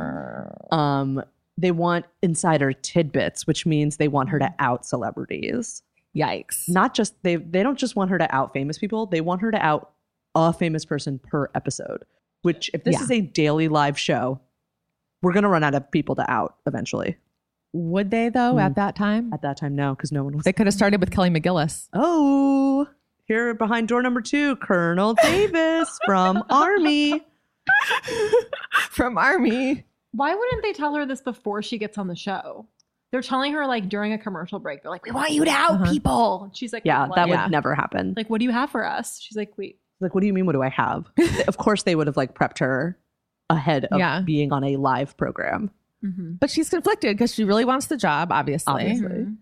C: Um, they want insider tidbits, which means they want her to out celebrities.
B: Yikes.
C: Not just they they don't just want her to out famous people; they want her to out a famous person per episode. Which, if this
B: Yeah.
C: is a daily live show, we're gonna run out of people to out eventually.
B: Would they though
C: Hmm.
B: at that time?
C: At that time, no, because no one was.
B: They could have started with Kelly McGillis.
C: oh, here behind door number two, Colonel Davis from Army.
B: From Army.
D: why wouldn't they tell her this before she gets on the show they're telling her like during a commercial break they're like we want you to out
B: Uh-huh.
D: people And she's like
C: Yeah,
D: "What?"
C: that
B: Yeah.
C: would never happen.
D: like what do you have for us she's like wait
C: like what do you mean what do i have of course they would have like prepped her ahead of
B: Yeah.
C: being on a live program
D: Mhm.
B: But she's conflicted because she really wants the job, obviously.
C: Obviously.
D: Mhm.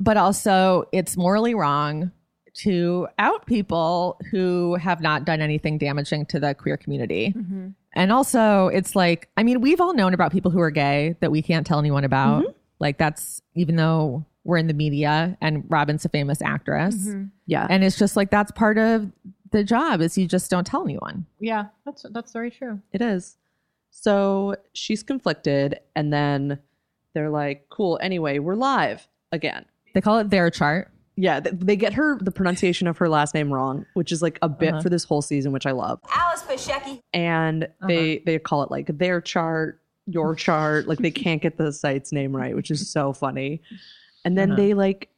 B: But also, it's morally wrong to out people who have not done anything damaging to the queer community.
C: Mm-hmm.
D: Mhm.
B: And also, it's like, I mean, we've all known about people who are gay that we can't tell anyone about. Like, that's even though we're in the media and Robin's a famous actress.
D: Mm-hmm.
C: Yeah.
B: And it's just like, that's part of the job is you just don't tell anyone.
D: Yeah, that's that's very true.
C: It is. So she's conflicted, and then they're like, cool, anyway, we're live again.
B: They call it their chart.
C: Yeah, th- they get her the pronunciation of her last name wrong, which is like a bit for this whole season, which I love.
F: Alice Pashecki.
C: And they they call it like their chart, your chart, like they can't get the site's name right, which is so funny. And then they like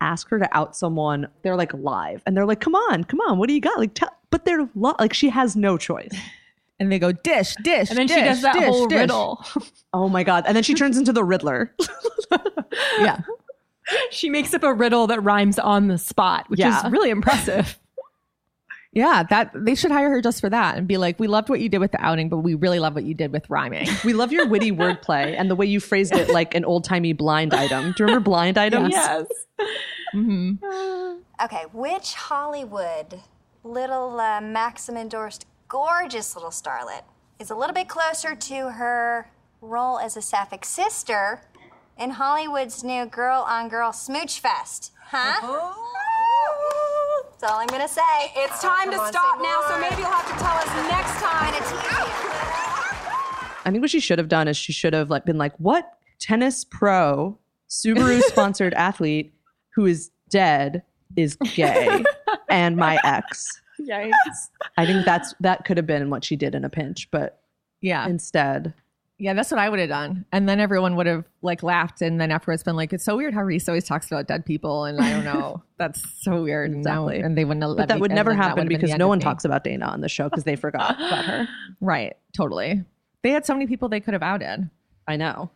C: ask her to out someone. They're like live, and they're like, "Come on, come on, what do you got?" Like, tell, but they're li- like she has no choice.
B: And they go, dish, dish.
D: And then she
B: dish,
D: does that
B: dish,
D: whole
B: dish."
D: riddle.
C: Oh my god! And then she turns into the Riddler.
B: Yeah.
D: she makes up a riddle that rhymes on the spot, which
C: Yeah.
D: is really impressive.
B: Yeah. That they should hire her just for that and be like, we loved what you did with the outing, but we really love what you did with rhyming.
C: We love your witty wordplay and the way you phrased it like an old timey blind item. Do you remember blind items?
I: Okay, which Hollywood little uh, Maxim endorsed, gorgeous little starlet is a little bit closer to her role as a sapphic sister in Hollywood's new girl on girl smooch fest? Huh? That's all I'm gonna say.
F: It's time to stop now, so maybe you'll have to tell us next time.
C: I think what she should have done is she should have like been like, what tennis pro Subaru sponsored athlete who is dead is gay and my ex.
D: Yikes.
C: I think that's that could have been what she did in a pinch, but
B: yeah.
C: instead,
B: Yeah, that's what I would have done. And then everyone would have like laughed and then afterwards been like, it's so weird how Reese always talks about dead people and I don't know. that's so weird. And now-
C: Exactly.
B: And, they wouldn't have
C: but
B: let
C: that
B: me-
C: would
B: and
C: never
B: then that
C: happen
B: would have been
C: because
B: the end
C: no
B: of
C: one
B: me.
C: talks about Dana on the show because they forgot about her.
B: Right. Totally. They had so many people they could have outed.
C: I know.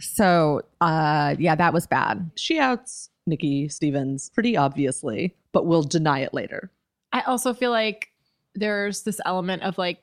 B: So uh yeah, that was bad.
C: She outs Nikki Stevens pretty obviously, but will deny it later.
D: I also feel like there's this element of like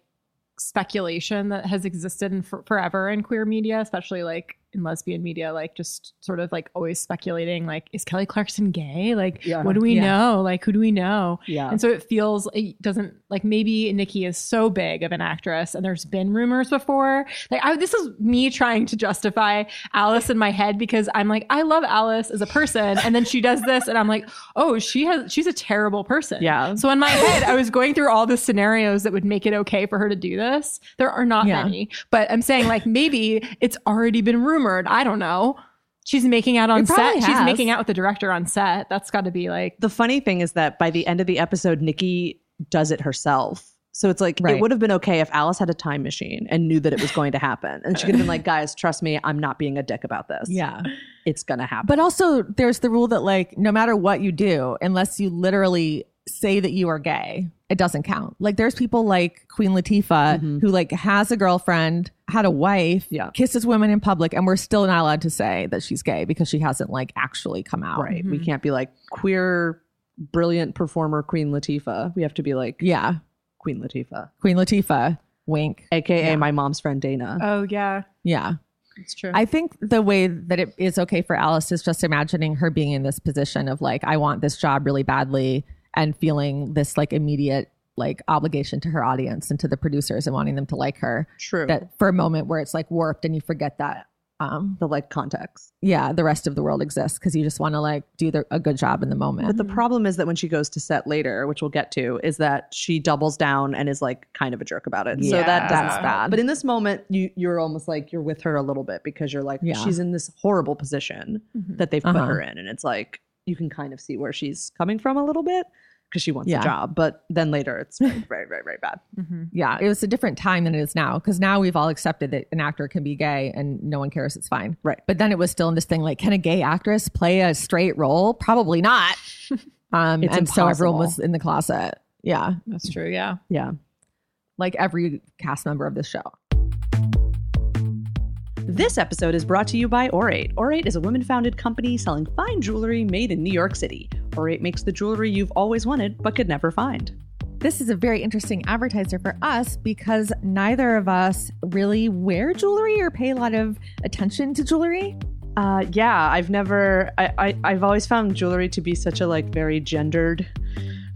D: speculation that has existed in for- forever in queer media, especially like in lesbian media, like just sort of like always speculating, like, is Kelly Clarkson gay? Like,
C: Yeah.
D: what do we
B: Yeah.
D: know? Like, who do we know?
C: Yeah.
D: And so it feels it doesn't like maybe Nikki is so big of an actress, and there's been rumors before. Like I, this is me trying to justify Alice in my head because I'm like I love Alice as a person, and then she does this, and I'm like, oh, she has she's a terrible person.
C: Yeah.
D: So in my head, I was going through all the scenarios that would make it okay for her to do this. There are not
B: Yeah.
D: many, but I'm saying like maybe it's already been rumored. I don't know. She's making out on
B: It probably
D: set. She's
B: has.
D: making out with the director on set. That's got to be like
C: the funny thing is that by the end of the episode, Nikki does it herself. So it's like
B: Right.
C: it would have been okay if Alice had a time machine and knew that it was going to happen, and she could have been like, "Guys, trust me, I'm not being a dick about this.
B: Yeah.
C: It's gonna happen."
B: But also there's the rule that like no matter what you do, unless you literally say that you are gay, it doesn't count. Like there's people like Queen Latifah
D: Mm-hmm.
B: who like has a girlfriend, had a wife,
C: Yeah.
B: kisses women in public, and we're still not allowed to say that she's gay because she hasn't like actually come out.
C: right? We can't be like queer, brilliant performer Queen Latifah. We have to be like
B: Yeah.
C: Queen Latifah,
B: Queen Latifah. Wink.
C: aka my mom's friend Dana.
B: Uh,
D: oh yeah,
B: Yeah.
D: it's true.
B: I think the way that it is okay for Alice is just imagining her being in this position of like, I want this job really badly and feeling this like immediate like obligation to her audience and to the producers and wanting them to like her.
C: True.
B: That for a moment where it's like warped and you forget that um
C: the like context.
B: yeah, the rest of the world exists because you just want to like do the, a good job in the moment.
C: But the problem is that when she goes to set later, which we'll get to, is that she doubles down and is like kind of a jerk about it. So that
D: Yeah.
C: that's bad. But in this moment, you you're almost like you're with her a little bit because you're like
B: Yeah.
C: she's in this horrible position
D: Mhm.
C: that they've put
B: Uh-huh.
C: her in, and it's like you can kind of see where she's coming from a little bit because she wants
B: Yeah.
C: a job. But then later, it's very very very, very bad.
D: Mm-hmm.
B: yeah, it was a different time than it is now because now we've all accepted that an actor can be gay and no one cares. It's fine.
C: Right.
B: But then it was still in this thing like, can a gay actress play a straight role? Probably not. Um,
C: It's
B: and so everyone
C: impossible.
B: was in the closet. Yeah.
D: That's true. Yeah.
C: Yeah.
B: Like every cast member of the show.
C: This episode is brought to you by Orate. Orate is a women founded company selling fine jewelry made in New York City. Orate makes the jewelry you've always wanted but could never find.
B: This is a very interesting advertiser for us because neither of us really wear jewelry or pay a lot of attention to jewelry.
C: Uh, yeah, I've never. I, I I've always found jewelry to be such a like very gendered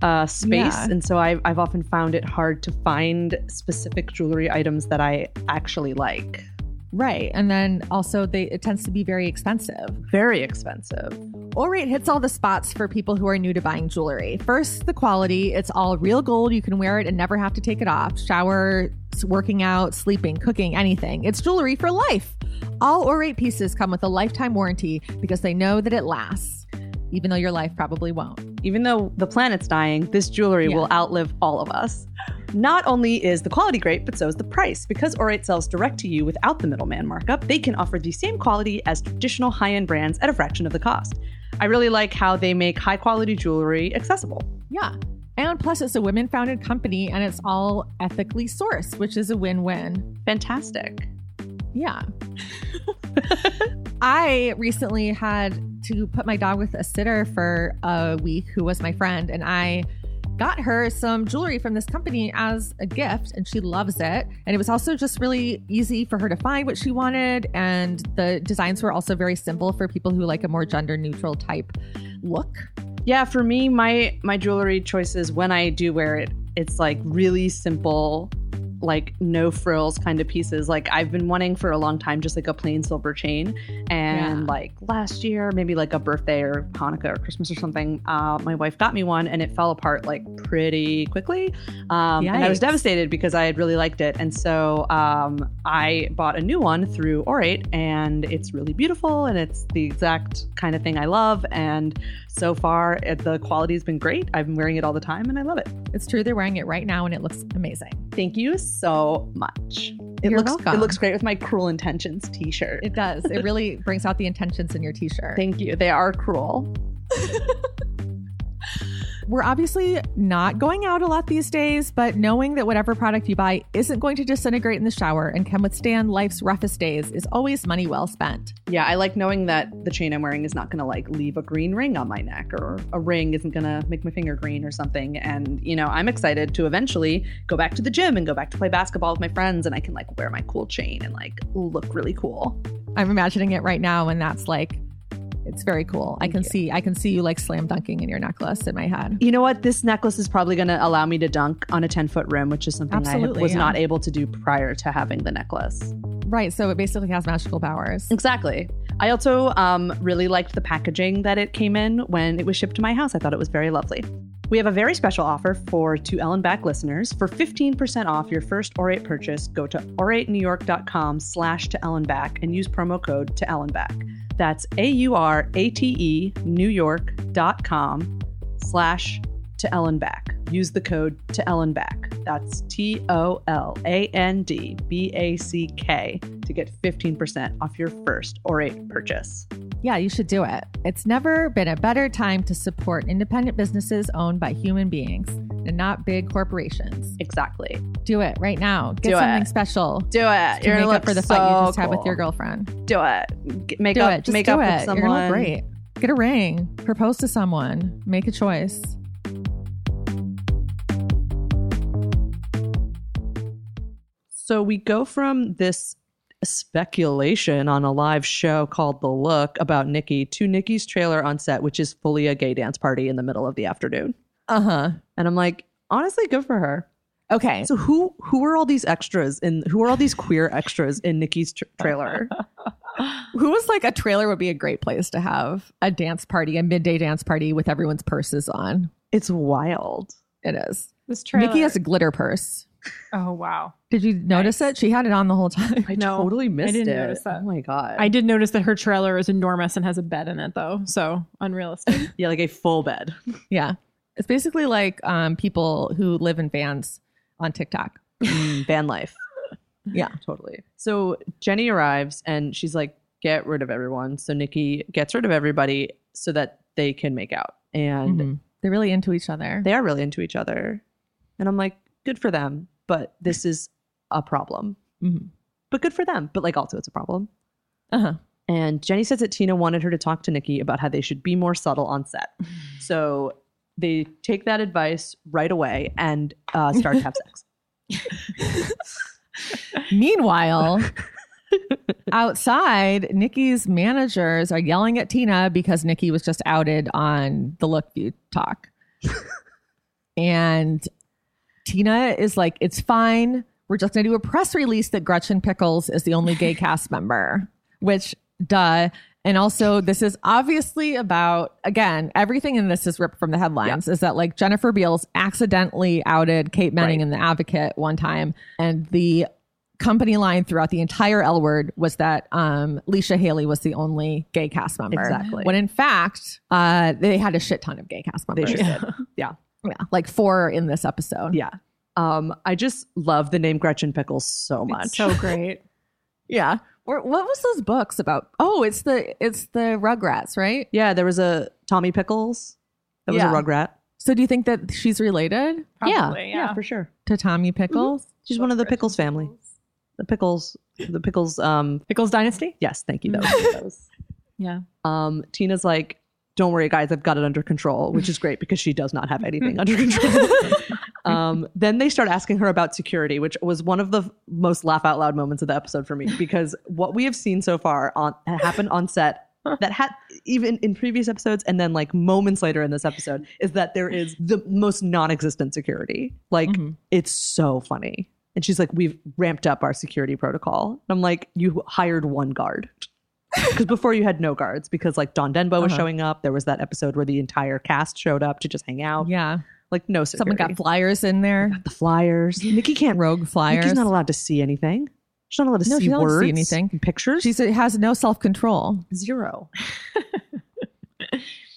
C: uh, space,
B: Yeah.
C: and so I've I've often found it hard to find specific jewelry items that I actually like.
B: Right. And then also they it tends to be very expensive.
C: Very expensive.
B: All right hits all the spots for people who are new to buying jewelry. First, the quality. It's all real gold. You can wear it and never have to take it off. Shower, s- working out, sleeping, cooking, anything. It's jewelry for life. All Orate pieces come with a lifetime warranty because they know that it lasts, even though your life probably won't.
C: Even though the planet's dying, this jewelry
B: Yeah.
C: will outlive all of us. Not only is the quality great, but so is the price. Because Orate sells direct to you without the middleman markup, they can offer the same quality as traditional high end brands at a fraction of the cost. I really like how they make high quality jewelry accessible.
B: Yeah. And plus, it's a women founded company and it's all ethically sourced, which is a win win.
C: Fantastic.
B: Yeah. I recently had to put my dog with a sitter for a week who was my friend, and I got her some jewelry from this company as a gift, and she loves it. And it was also just really easy for her to find what she wanted. And the designs were also very simple for people who like a more gender neutral type look.
C: Yeah, for me, my my jewelry choices when I do wear it, it's like really simple, like no frills kind of pieces. Like I've been wanting for a long time, just like a plain silver chain. And
B: Yeah.
C: like last year, maybe like a birthday or Hanukkah or Christmas or something, uh, my wife got me one, and it fell apart like pretty quickly. Um, and I was
B: Yikes.
C: devastated because I had really liked it, and so um, I bought a new one through Orate, and it's really beautiful, and it's the exact kind of thing I love, and so far it- the quality has been great i've been wearing it all the time and i love it
B: It's true, they're wearing it right now, and it looks amazing.
C: thank you so much it
B: You're
C: looks it
B: welcome.
C: looks great with my cruel intentions t-shirt
B: It does. It really brings out the intentions in your t shirt.
C: thank you they are cruel
B: We're obviously not going out a lot these days, but knowing that whatever product you buy isn't going to disintegrate in the shower and can withstand life's roughest days is always money well spent.
C: yeah i like knowing that the chain i'm wearing is not going to like leave a green ring on my neck or a ring isn't going to make my finger green or something and you know i'm excited to eventually go back to the gym and go back to play basketball with my friends and i can like wear my cool chain and like look really cool
B: I'm imagining it right now, and that's like, it's very cool. I can see, I can see you like slam dunking in your necklace in my head.
C: you know what this necklace is probably going to allow me to dunk on a 10 foot rim which is something i
B: Absolutely,
C: was
B: yeah.
C: not able to do prior to having the necklace
B: Right. So it basically has magical powers.
C: exactly i also um, really liked the packaging that it came in when it was shipped to my house i thought it was very lovely we have a very special offer for to ellen back listeners for 15% off your first orate purchase go to oratenewyork.com slash to ellen back and use promo code to ellen back that's a-u-r-a-t-e new york dot com E slash to Ellen Back. Use the code to Ellen Back. That's T O L A N D B A C K to get 15% off your first Orate purchase.
B: Yeah, you should do it. It's never been a better time to support independent businesses owned by human beings and not big corporations.
C: Exactly.
B: Do it right now. Get
C: Do it.
B: something special.
C: Do
B: to
C: it. You're
B: make
C: gonna
B: up for the
C: look
B: fight you
C: so
B: just had with
C: cool.
B: your girlfriend.
C: Do it. G- Make
B: do
C: up,
B: it. Just
C: make
B: do
C: up
B: it.
C: with
B: You're
C: someone.
B: gonna look great. Get a ring. Propose to someone. Make a choice.
C: So we go from this speculation on a live show called The Look about Nikki to Nikki's trailer on set, which is fully a gay dance party in the middle of the afternoon.
B: Uh huh.
C: And I'm like, honestly, good for her.
B: Okay.
C: So who who are all these extras in who are all these queer extras in Nikki's tr- trailer?
B: Who was like a trailer would be a great place to have a dance party, a midday dance party with everyone's purses on.
C: It's wild.
B: It is.
D: This trailer.
B: Nikki has a glitter purse.
D: oh wow.
B: Did you notice it? She had it on the whole time.
C: I
D: No,
C: totally missed
D: didn't
C: it.
D: notice that.
C: Oh my god.
D: I did notice that her trailer is enormous and has a bed in it though, so unrealistic.
C: yeah, like a full bed.
B: Yeah. It's basically like um, people who live in vans on TikTok.
C: Mm, Van life.
B: Yeah.
C: Totally. So Jenny arrives and she's like, get rid of everyone. So Nikki gets rid of everybody so that they can make out. And
B: Mhm. They're really into each other.
C: they are really into each other. And I'm like, good for them. But this is a problem.
B: Mhm.
C: But good for them. But like also it's a problem.
B: Uh-huh.
C: And Jenny says that Tina wanted her to talk to Nikki about how they should be more subtle on set. So they take that advice right away and uh, start to have sex.
B: Meanwhile, outside, Nikki's managers are yelling at Tina because Nikki was just outed on the Look View talk. And Tina is like, it's fine. We're just going to do a press release that Gretchen Pickles is the only gay cast member, which, duh. And also, this is obviously about, again, everything in this is ripped from the headlines is that like Jennifer Beals accidentally outed Kate Manning in The Advocate one time. And the company line throughout the entire L word was that um, Leisha Haley was the only gay cast member.
C: Exactly.
B: When in fact, uh, they had a shit ton of gay cast members.
C: sure did. Yeah.
B: Yeah. Like four in this episode.
C: Yeah. Um, I just love the name Gretchen Pickles so much.
D: It's so great.
B: Yeah. Or what was those books about? Oh, it's the it's the Rugrats, right?
C: yeah, there was a Tommy Pickles. That was
B: Yeah.
C: a Rugrat.
B: So do you think that she's related? Mm-hmm.
D: Probably, yeah.
C: for sure.
B: To Tommy Pickles?
C: She's one of the Pickles family. The Pickles, the Pickles. Um,
D: Pickles Dynasty? Mm-hmm.
C: yes, thank you. That was, that was-
D: Yeah.
C: Um, Tina's like, don't worry, guys, I've got it under control, which is great because she does not have anything under control. um, then they start asking her about security, which was one of the f- most laugh out loud moments of the episode for me because what we have seen so far on happened on set that had even in previous episodes and then like moments later in this episode is that there is the most non-existent security. Like
B: Mm-hmm.
C: it's so funny. And she's like, we've ramped up our security protocol. And I'm like, you hired one guard. Because before you had no guards, because like Don Denbo
B: Uh-huh.
C: was showing up. There was that episode where the entire cast showed up to just hang out.
B: Yeah.
C: Like no
B: Someone
C: security.
B: got flyers in there.
C: the flyers. Nikki can't
B: Rogue flyers.
C: Nikki's not allowed to see anything. She's not allowed to
B: No,
C: see
B: she's not allowed to see
C: words,
B: anything.
C: and pictures.
B: She has no self control.
C: zero.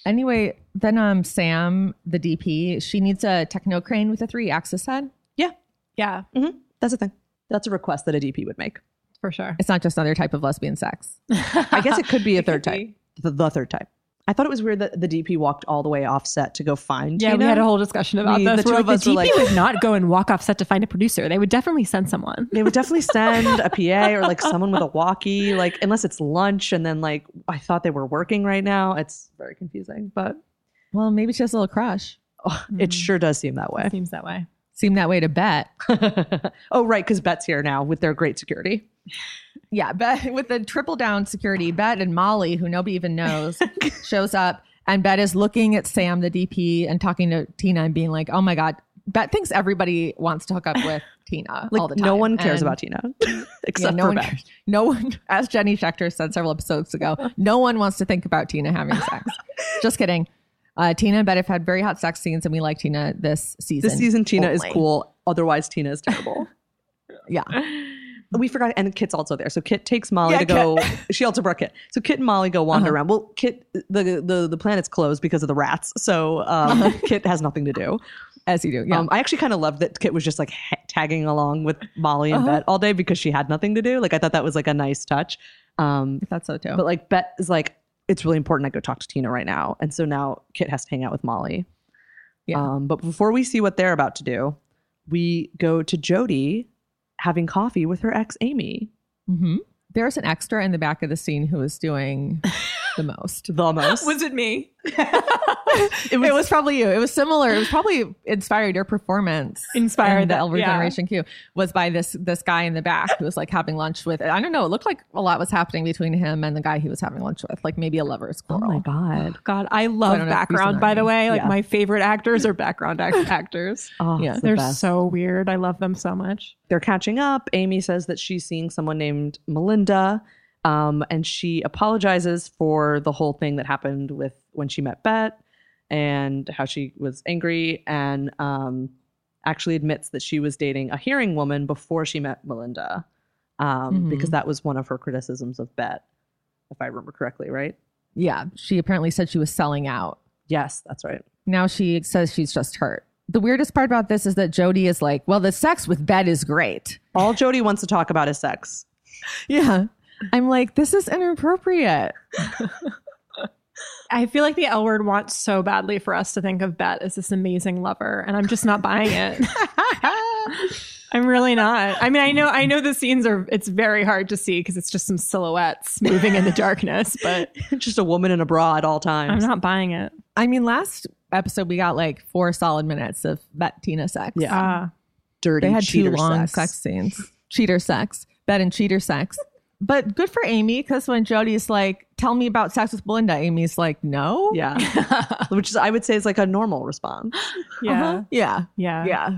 B: Anyway, then um Sam, the DP, she needs a techno crane with a three axis head.
D: Yeah,
C: That's a thing. That's a request that a DP would make.
D: for sure.
B: It's not just another type of lesbian sex.
C: I guess it could be a third
D: could
C: type.
D: be.
C: The, the third type. I thought it was weird that the DP walked all the way offset to go find.
D: Yeah, we
C: Tina.
D: had a whole discussion about
C: We- the
D: this.
C: two
D: We're
C: of
D: like,
C: us were
D: DP
C: like-
D: would not go and walk off set to find a producer. They would definitely send someone.
C: They would definitely send a PA or like someone with a walkie, like unless it's lunch, and then like I thought they were working right now. It's very confusing, but
B: Well, maybe she has a little crush.
C: oh,
B: Mm-hmm.
C: it sure does seem that way.
D: Seems that way.
B: Seemed that way to Bet.
C: oh, right, because Bet's here now with their great security.
B: Yeah, Bet with the triple down security, Bet and Molly, who nobody even knows, shows up and Bet is looking at Sam, the DP, and talking to Tina and being like, Oh my God, Bet thinks everybody wants to hook up with Tina
C: Like
B: all the time.
C: no one cares
B: And-
C: about Tina
B: yeah,
C: except
B: no
C: for
B: one,
C: Bet.
B: cares. no one, as Jenny Schechter said several episodes ago, no one wants to think about Tina having sex. Just kidding. Uh, Tina and Bet have had very hot sex scenes, and we like Tina this season.
C: This season, Tina is
B: only.
C: cool. Otherwise, Tina is terrible.
B: Yeah.
C: we forgot, and Kit's also there. So Kit takes Molly
B: Yeah, Uh-huh.
C: to go. she also brought Kit. So Kit and Molly go wander around. Well, Kit, the, the the planet's closed because of the rats. So um, Kit has nothing to do.
B: As you do. Uh-huh. Yeah.
C: Um, I actually kind of loved that Kit was just like ha- tagging along with Molly
B: Uh-huh.
C: and Bet all day because she had nothing to do. Like I thought that was like a nice touch. Um,
B: I thought so too.
C: but like Bet is like, it's really important I go talk to Tina right now, and so now Kit has to hang out with Molly.
B: Yeah.
C: Um, but before we see what they're about to do, we go to Jody having coffee with her ex Amy.
B: Mhm. There's an extra in the back of the scene who is doing the most.
C: The most.
D: Was it me?
B: it, was, probably you. It was similar. It was probably inspired your performance.
D: Inspired
B: in the
D: that-
B: Elder
D: yeah.
B: Generation Q was by this this guy in the back who was like having lunch with. I don't know. It looked like a lot was happening between him and the guy he was having lunch with. Like maybe a lovers
C: oh
B: quarrel.
C: my god.
D: God, I
B: I
D: love
B: don't know if Reese
D: background,
B: and
D: by the
B: Arnie.
D: way. Like,
C: Yeah.
D: my favorite actors are background act- actors.
C: Oh,
B: Yeah.
C: yeah.
D: They're so weird. I love them so much.
C: they're catching up. Amy says that she's seeing someone named Melinda, um, and she apologizes for the whole thing that happened with when she met Bet and how she was angry, and um, actually admits that she was dating a hearing woman before she met Melinda, um,
B: Mhm.
C: because that was one of her criticisms of Bet, if I remember correctly, right?
B: Yeah, she apparently said she was selling out.
C: Yes, that's right.
B: Now she says she's just hurt. The weirdest part about this is that Jody is like, well, the sex with Bet is great.
C: All Jody wants to talk about is sex.
B: Yeah. I'm like, this is inappropriate.
D: I feel like the L word wants so badly for us to think of Bet as this amazing lover, and I'm just not buying it. I'm really not. I mean, I know, I know the scenes are. It's very hard to see because it's just some silhouettes moving in the darkness, but
C: Just a woman in a bra at all
D: I'm
C: times.
D: not buying it.
B: I mean, last episode we got like four solid minutes of Bet Tina sex.
C: Yeah.
D: Uh,
C: Dirty
B: They had two
C: cheater
B: long sex. scenes. Cheater sex. Bet and cheater sex. But good for Amy because when Jody's like, tell me about sex with Belinda. Amy's like, no.
C: Yeah. Which is, I would say is like a normal response.
D: Yeah.
B: Uh-huh. Yeah.
D: Yeah.
B: Yeah.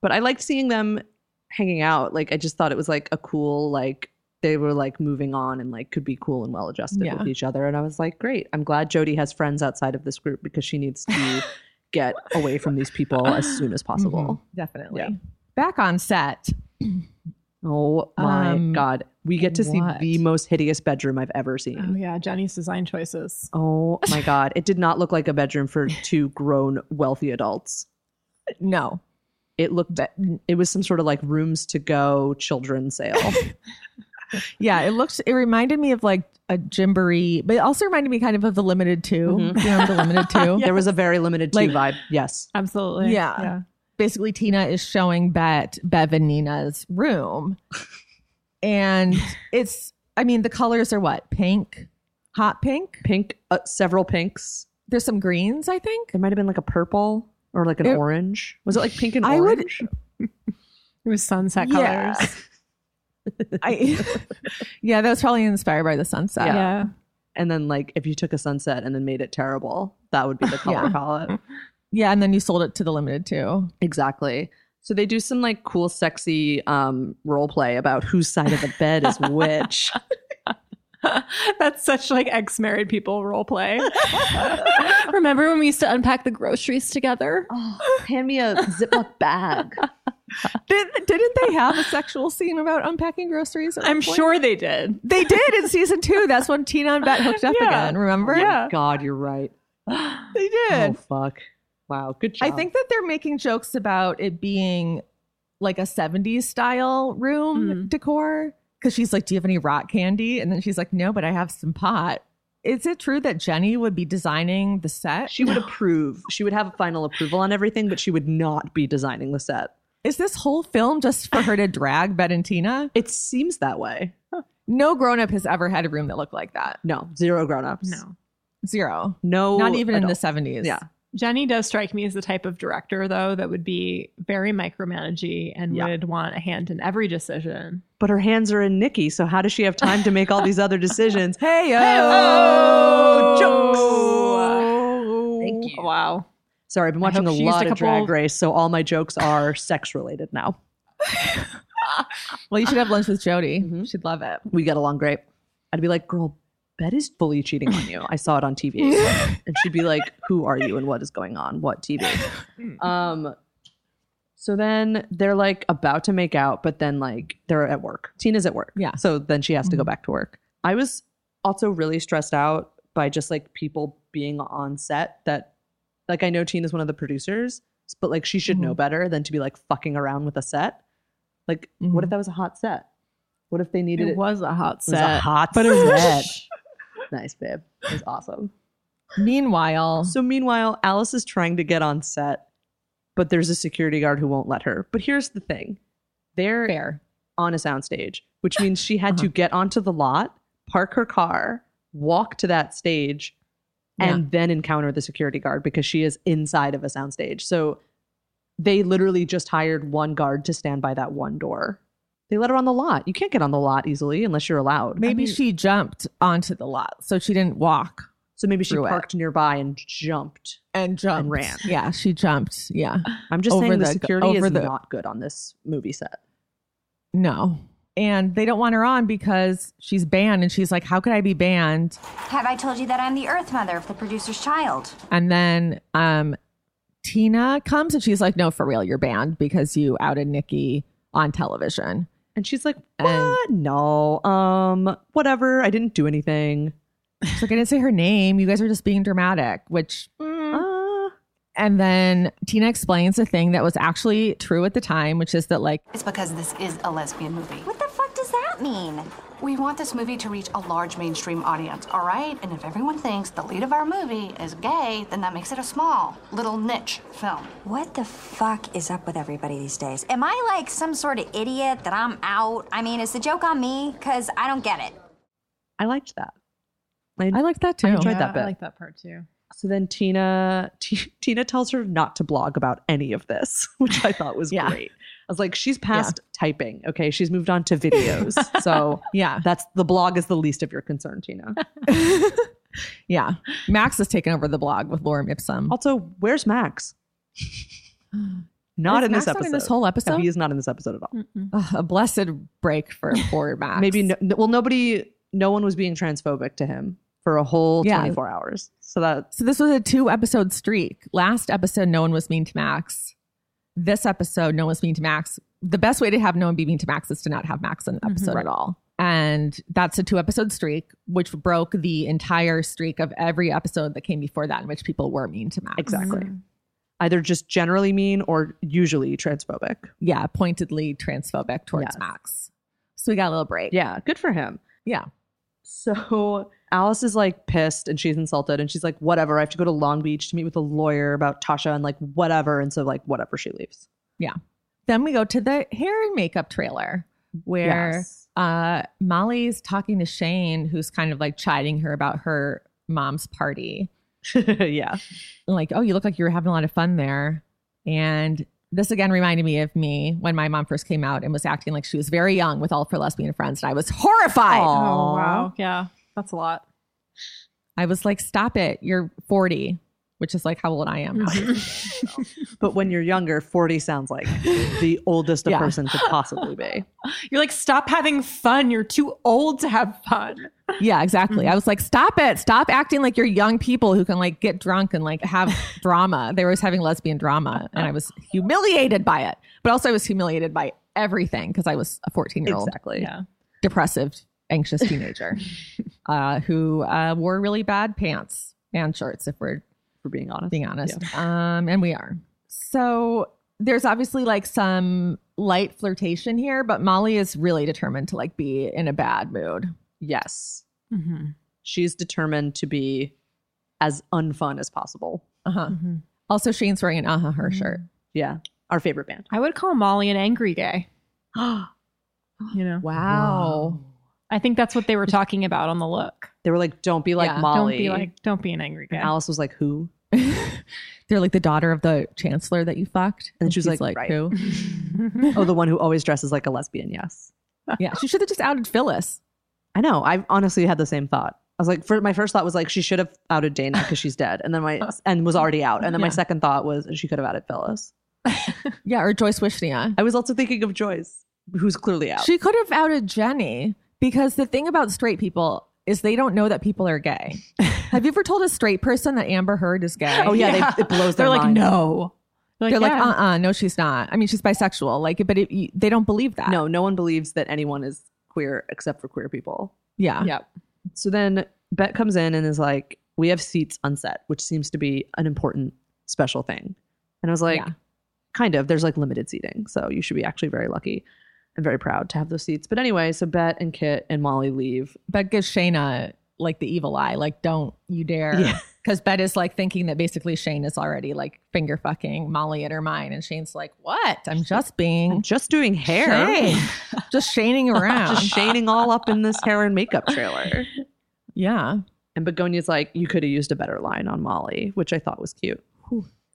C: But I liked seeing them hanging out. Like I just thought it was like a cool, like they were like moving on and like could be cool and well adjusted
B: Yeah.
C: with each other. And I was like, great. I'm glad Jody has friends outside of this group because she needs to get away from these people as soon as possible.
B: Mhm. Definitely.
C: Yeah.
B: Back on set.
C: Oh
B: Mm-hmm.
C: my
B: Um,
C: god. We get to
B: what?
C: see the most hideous bedroom I've ever seen.
D: Oh yeah, Jenny's design choices.
C: Oh my god. It did not look like a bedroom for two grown wealthy adults.
B: No.
C: It looked it was some sort of like rooms to go children sale.
B: Yeah. It looks, it reminded me of like a gymboree, but it also reminded me kind of of the limited 2
C: Mhm.
B: You know, the limited two.
C: There was a very limited two
B: Like-
C: vibe. Yes.
D: Absolutely.
B: Yeah. Basically, Tina is showing Bet Bev and Nina's room. And it's, I mean, the colors are what? Pink, hot pink.
C: Pink uh, several pinks.
B: There's some greens, I think.
C: There might have been like a purple or like an
B: It-
C: orange. Was it like pink and
B: I would-
C: orange?
D: It was sunset
B: Yeah.
D: colors.
B: I, yeah, that was probably inspired by the sunset.
C: Yeah. and then like if you took a sunset and then made it terrible, that would be the color
B: Yeah.
C: palette.
B: Yeah, and then you sold it to the limited two.
C: Exactly. So they do some like cool, sexy um, role play about whose side of the bed is which.
D: That's such like ex-married people role play. Remember when we used to unpack the groceries together?
C: hand me a Ziploc bag.
B: Did, didn't they have a sexual scene about unpacking groceries? at
D: I'm
B: one point?
D: sure they did.
B: they did in season two. That's when Tina and Bet hooked up
D: Yeah.
B: again. Remember?
D: Yeah.
C: Oh God, you're right.
B: they
C: Oh
B: did.
C: fuck! Wow, good job.
B: I think that they're making jokes about it being like a 70s style room
D: Mhm.
B: decor. Cause she's like, Do you have any rock candy? And then she's like, No, but I have some pot. Is it true that Jenny would be designing the set?
C: she would approve. She would have final approval on everything, but she would not be designing the set.
B: Is this whole film just for her to drag Bet and Tina?
C: It seems that way.
B: No grown up has ever had a room that looked like that.
C: No, zero grown-ups.
B: Zero.
C: no,
B: Not even in the
C: adults.
B: 70s.
C: Yeah.
D: Jenny does strike me as the type of director though that would be very micromanagey and
C: Yeah.
D: would want a hand in every decision.
C: But her hands are in Nikki, so how does she have time to make all these other decisions?
B: Hey,
C: Hey-o,
D: jokes.
C: Thank you.
D: Wow.
C: Sorry, I've been
D: I
C: watching
D: hope
C: a
D: she used
C: lot
D: a
C: of Drag
D: couple-
C: Race, so all my jokes are sex related now.
B: Well, you should have lunch with Jody.
C: Mhm.
B: She'd love it.
C: we get along great. I'd be like, girl, Bet is fully cheating on you. I saw it on TV. and she'd be like, who are you and what is going on? What TV? Um, so then they're like about to make out, but then like they're at work. Tina's at work.
B: Yeah.
C: So then she has to go
B: Mhm.
C: back to work. I was also really stressed out by just like people being on set that like I know Tina's one of the producers, but like she should know better than to be like fucking around with a set. Like, what if that was a hot set? What if they needed it,
D: Mm. was a hot
C: Mm-hmm. it was a hot but
D: was-
C: set. nice, babe. It was awesome.
B: Meanwhile,
C: So meanwhile, Alice is trying to get on set, but there's a security guard who won't let her. But here's the thing. They're
B: fair. Uh-huh.
C: on a soundstage, which means she had to get onto the lot, park her car, walk to that stage, and then encounter the security guard because she is inside of a soundstage. So they literally just hired one guard to stand by that one door. They let her on the lot. You can't get on the lot easily unless you're allowed.
B: Maybe she jumped onto the lot, so she didn't walk
C: So maybe she
B: through it.
C: parked nearby and jumped.
B: and jumped.
C: And ran.
B: Yeah, she jumped. Yeah.
C: I'm just
B: Over
C: saying the,
B: the-
C: security
B: over
C: is
B: the-
C: not good on this movie set.
B: No. And they don't want her on because she's banned. And she's like, How could I be banned?
I: Have I told you that I'm the Earth Mother of the producer's child?
B: And then um, Tina comes and she's like, No, for real, you're banned because you outed Nikki on television.
C: And she's like,
B: And-
C: "What? no. Um, whatever. I didn't do anything."
B: She's like, I didn't say her name. You guys are just being dramatic, which. mm.
C: Uh,
B: And then Tina explains a thing that was actually true at the time, which is that, like,
J: It's because this is a lesbian movie.
I: What the fuck does that mean?
J: We want this movie to reach a large mainstream audience, all right? And if everyone thinks the lead of our movie is gay, then that makes it a small, little niche film.
I: What the fuck is up with everybody these days? Am I like some sort of idiot that I'm out? I mean, is the joke on me? Because I don't get it.
C: I liked that.
B: I like that too.
C: enjoyed that
D: I
C: bit.
D: like that part too.
C: So then Tina T- Tina tells her not to blog about any of this, which I thought was
B: Yeah.
C: great. was like, she's past typing. Okay. She's moved on to videos. so
B: Yeah.
C: that's the blog is the least of your concern, Tina.
B: Yeah. Max has taken over the blog with Laura Mipsum.
C: Also, where's Max? Not
B: Is
C: in
B: Max
C: this
B: not
C: episode.
B: in this whole episode?
C: No, he is not in this episode at all.
B: Ugh, a blessed break for poor Max.
C: Maybe no, well, nobody, no one was being transphobic to him for a whole
B: Yeah.
C: 24 hours. So that
B: So this was a two episode streak. Last episode, no one was mean to Max. This episode, no one was mean to Max. The best way to have no one be mean to Max is to not have Max in
C: Mm-hmm.
B: the episode at all. And that's a two episode streak, which broke the entire streak of every episode that came before that in which people were mean to Max. Mm-hmm.
C: exactly. Either just generally mean or usually transphobic.
B: Yeah, pointedly transphobic towards
C: Yes.
B: Max. So we got a little break.
C: Yeah, good for him.
B: Yeah.
C: So Alice is like pissed and she's insulted and she's like, whatever, I have to go to Long Beach to meet with a lawyer about Tasha and like whatever. And so, like, whatever, she leaves.
B: Then we go to the hair and makeup trailer where
C: Yes.
B: uh, Molly's talking to Shane, who's kind of like chiding her about her mom's party.
C: yeah.
B: and like, oh, you look like you were having a lot of fun there. And this again reminded me of me when my mom first came out and was acting like she was very young with all of her lesbian friends. And I was horrified.
D: Oh,
C: Aw.
D: wow. Yeah. That's a lot.
B: I was like, stop it. You're 40, which is like how old I am. now.
C: But when you're younger, 40 sounds like the oldest a
B: Yeah.
C: person could possibly be.
D: You're like, stop having fun. You're too old to have fun.
B: yeah, exactly. I was like, stop it. Stop acting like you're young people who can like get drunk and like have drama. They were always having lesbian drama. And I was humiliated by it. But also, I was humiliated by everything because I was a 14 year old.
C: Exactly.
D: Yeah.
B: depressive, anxious teenager uh, who uh, wore really bad pants and shorts, if we're
C: For being honest.
B: being honest. Um, and we are. So there's obviously like some light flirtation here, but Molly is really determined to like be in a bad mood.
C: Yes. She's determined to be as unfun as possible.
B: Uh huh.
D: Mm-hmm.
B: Also, Shane's wearing an uh huh her shirt.
C: Mm. Yeah. Our favorite band.
D: I would call Molly an angry gay. You know,
B: Wow.
D: I think that's what they were talking about on the look.
C: They were like, don't be like
B: Yeah,
C: Molly.
D: Don't be like, don't be an angry
C: and
D: gay.
C: Alice was like, who?
B: They're like the daughter of the chancellor that you fucked.
C: And she was
B: she's
C: like, right.
B: who?
C: Oh, the one who always dresses like a lesbian. Yes.
B: yeah. She should have just outed Phyllis.
C: I know. I honestly had the same thought. I was like, for, my first thought was like, she should have outed Dana because she's dead, and then my and was already out, and then my
B: Yeah.
C: second thought was she could have outed Phyllis.
B: Yeah. Or Joyce Wishnia.
C: I was also thinking of Joyce, who's clearly out.
B: She could have outed Jenny because the thing about straight people is they don't know that people are gay. have you ever told a straight person that Amber Heard is gay?
C: oh yeah, They, it blows their
D: They're like,
C: mind.
D: no.
B: They're like,
D: yeah.
B: uh, uh no, she's not. I mean, she's bisexual. Like, but it, you- they don't believe that.
C: no, no one believes that anyone is queer except for queer people.
B: Yeah.
D: Yep.
C: So then Bet comes in and is like, "We have seats on set, which seems to be an important special thing." And I was like,
B: Yeah.
C: "Kind of. There's like limited seating, so you should be actually very lucky and very proud to have those seats." But anyway, so Bet and Kit and Molly leave.
B: But gives Shayna like the evil eye. Like, don't you dare.
C: Yeah.
B: Because Bet is like thinking that basically Shane is already like finger fucking Molly at her mind. And Shane's like, what? I'm just being
C: Just doing hair,
B: Shane. just Shaning around.
C: just shining all up in this hair and makeup trailer.
B: yeah.
C: And Begonia's like, "You could have used a better line on Molly," which I thought was cute.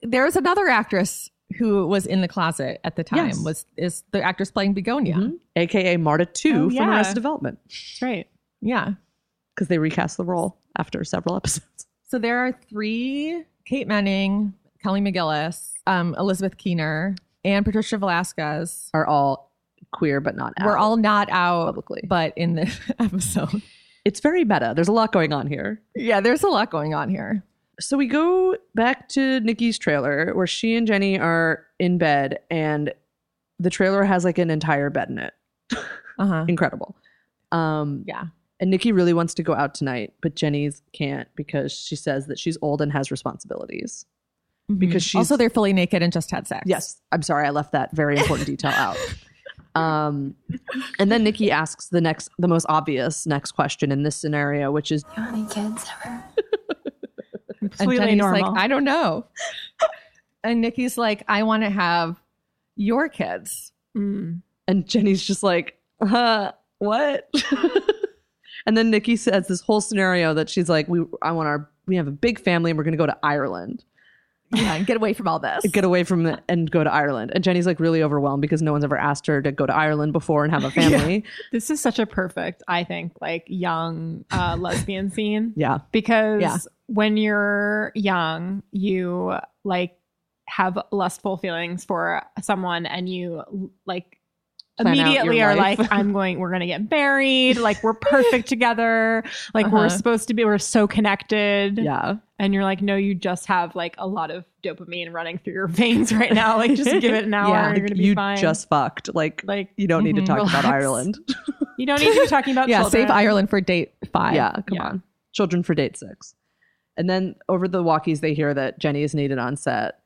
B: there was another actress who was in the closet at the time
C: Yes.
B: was is the actress playing begonia
C: Mhm. AKA Marta Two
D: Oh,
C: from
D: yeah.
C: Arrested Development
D: That's right.
C: Mm-hmm.
B: yeah
C: because they recast the role after several episodes.
B: so there are three kate manning kelly mcgillis um, elizabeth keener and patricia velasquez
C: Are all queer but not out
B: were all not out
C: publicly.
B: but in the episode
C: it's very meta. There's a lot going on here.
B: yeah there's a lot going on here
C: So we go back to Nikki's trailer where she and Jenny are in bed and the trailer has like an entire bed in it.
B: uh-huh
C: Incredible. Um
B: yeah
C: and Nikki really wants to go out tonight, but Jenny's can't because she says that she's old and has responsibilities. Because she's
B: Mm-hmm. also they're fully naked and just had sex
C: Yes, I'm sorry, I left that very important detail out. Um, and then Nikki asks the next, the most obvious next question in this scenario, which is,
H: You have any kids ever?
B: and
D: Completely
B: Jenny's
D: normal.
B: like i don't know and nikki's like i want to have your kids
D: Mm.
C: and Jenny's just like, uh, what? and then Nikki says this whole scenario that she's like, we, I want our, we have a big family, and we're going to go to Ireland.
B: Yeah, and get away from all this.
C: get away from it and go to Ireland. And Jenny's like really overwhelmed because no one's ever asked her to go to Ireland before and have a family.
D: This is such a perfect, I think, like young uh, lesbian scene.
C: yeah.
D: Because
B: Yeah.
D: when you're young, you like have lustful feelings for someone and you like
C: Plan out your
D: immediately are
C: life.
D: like, I'm going, we're going to get married. Like, we're perfect together. Like,
B: Uh-huh.
D: we're supposed to be, we're so connected.
C: Yeah.
D: And you're like, no, you just have like a lot of dopamine running through your veins right now. Like, just give it an hour.
B: Yeah.
D: and you're going to be
C: you
D: fine.
C: just fucked. Like,
D: like,
C: you don't need to
B: Mhm.
C: talk
D: Relax.
C: about Ireland.
D: you don't need to be talking about
B: yeah,
D: children.
B: save Ireland for date five.
C: yeah, come
D: yeah.
C: on. Children for date six. And then over the walkies, they hear that Jenny is needed on set.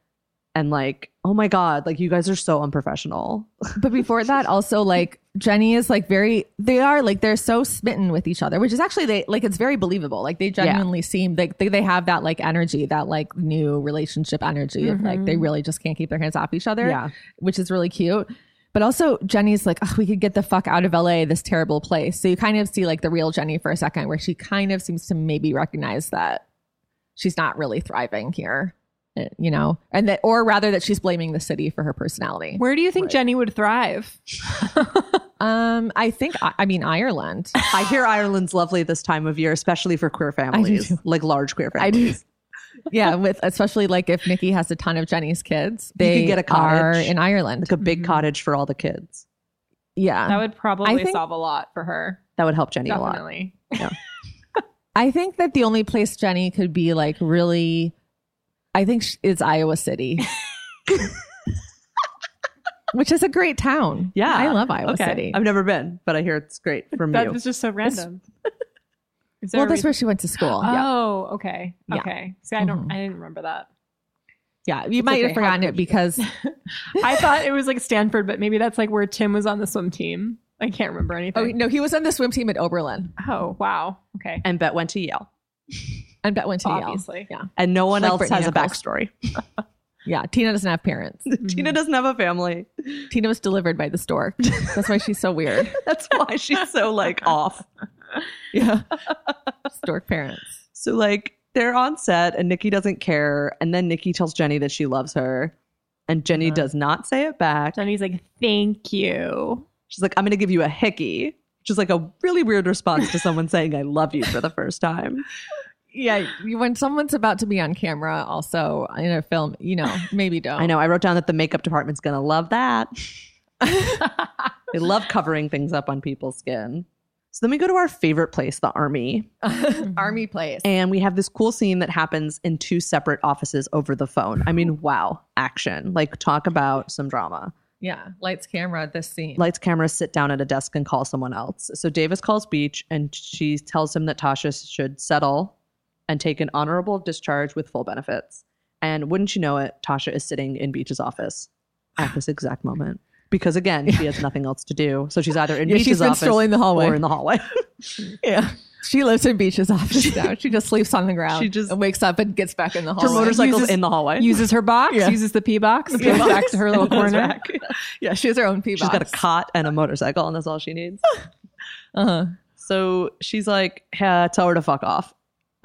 C: And like, oh my God, like you guys are so unprofessional.
B: But before that, also like Jenny is like very they are like they're so smitten with each other, which is actually they like it's very believable. Like they genuinely seem like they, they have that like energy, that like new relationship energy of like they really just can't keep their hands off each other.
C: Mm-hmm. Yeah.
B: Which is really cute. But also Jenny's like, oh, we could get the fuck out of LA, this terrible place. So you kind of see like the real Jenny for a second, where she kind of seems to maybe recognize that she's not really thriving here. eh, You know, and that, or rather, that she's blaming the city for her personality.
D: Where do you think Jenny would thrive?
B: Um, I think I, I mean Ireland.
C: I hear Ireland's lovely this time of year, especially for queer families,
B: too.
C: like large queer
B: I
C: families.
B: do. Yeah, with especially like if Nikki has a ton of Jenny's kids,
C: You could
B: they
C: get a
B: are
C: cottage.
B: in Ireland.
C: Like a big cottage for all the kids.
B: yeah,
D: That would probably
B: think-
D: solve a lot for her.
C: That would help Jenny a lot.
D: Definitely.
B: I think that the only place Jenny could be like really, I think sh- it's Iowa City, which is a great town.
C: Yeah.
B: I love Iowa
C: okay.
B: City.
C: I've never been, but I hear it's great from
D: That
C: you.
D: was just so random. Is there
B: well,
D: a
B: that's
D: reason-
B: where she went to school. yeah,
D: Oh, okay.
B: Yeah.
D: Okay. See, I don't
B: Mhm.
D: I didn't remember that.
B: yeah. You might
D: okay.
B: have forgotten
D: How
B: it because
D: I thought it was like Stanford, but maybe that's like where Tim was on the swim team. I can't remember
B: oh
D: anything.
B: no, he was on the swim team at Oberlin,
D: Oh, wow. Okay.
C: and Bet went to Yale.
B: and Bet went to
D: Obviously.
B: Yale.
C: And no one
B: Like
C: else
B: Brittany
C: has
B: Nichols.
C: a backstory.
B: Yeah, yeah. Tina doesn't have parents.
D: Mm-hmm.
C: Tina doesn't have a family.
B: Tina was delivered by the stork. That's why she's so weird.
C: That's why she's so like off.
B: Yeah. Stork parents.
C: So like they're on set and Nikki doesn't care. And then Nikki tells Jenny that she loves her. And Jenny does not say it back.
D: Jenny's like, thank you.
C: She's like, I'm gonna give you a hickey. Which is like a really weird response to someone saying I love you for the first time.
B: Yeah. you- When someone's about to be on camera, also in a film, you know, maybe don't.
C: I know. I wrote down that the makeup department's gonna love that. they love covering things up on people's skin. So then we go to our favorite place, the army.
B: know. Army place.
C: And we have this cool scene that happens in two separate offices over the phone. I mean, wow, action. Like, talk about some drama.
B: yeah. Lights, camera, this scene.
C: Lights, camera, sit down at a desk and call someone else. So Davis calls Beach and she tells him that Tasha should settle and take an honorable discharge with full benefits. And wouldn't you know it, Tasha is sitting in Beach's office at this exact moment. Because again, she has nothing else to do. So she's either in
B: Yeah,
C: Beach's
B: she's been
C: office
B: strolling the hallway.
C: or in the hallway.
B: yeah. She lives in Beach's office now. She just sleeps on the ground.
C: She just-
B: and wakes up and gets back in the
C: Her
B: hallway.
C: motorcycle's
D: Uses-
C: in the hallway.
D: Uses her box,
B: Yeah.
D: uses the pee box, goes
C: box.
D: back to her little
C: And goes
D: corner.
C: back.
B: yeah, she has her own pee
C: She's got a
B: box.
C: cot and a motorcycle, and that's all she needs.
B: Uh-huh.
C: So she's like, "Yeah, tell her to fuck off.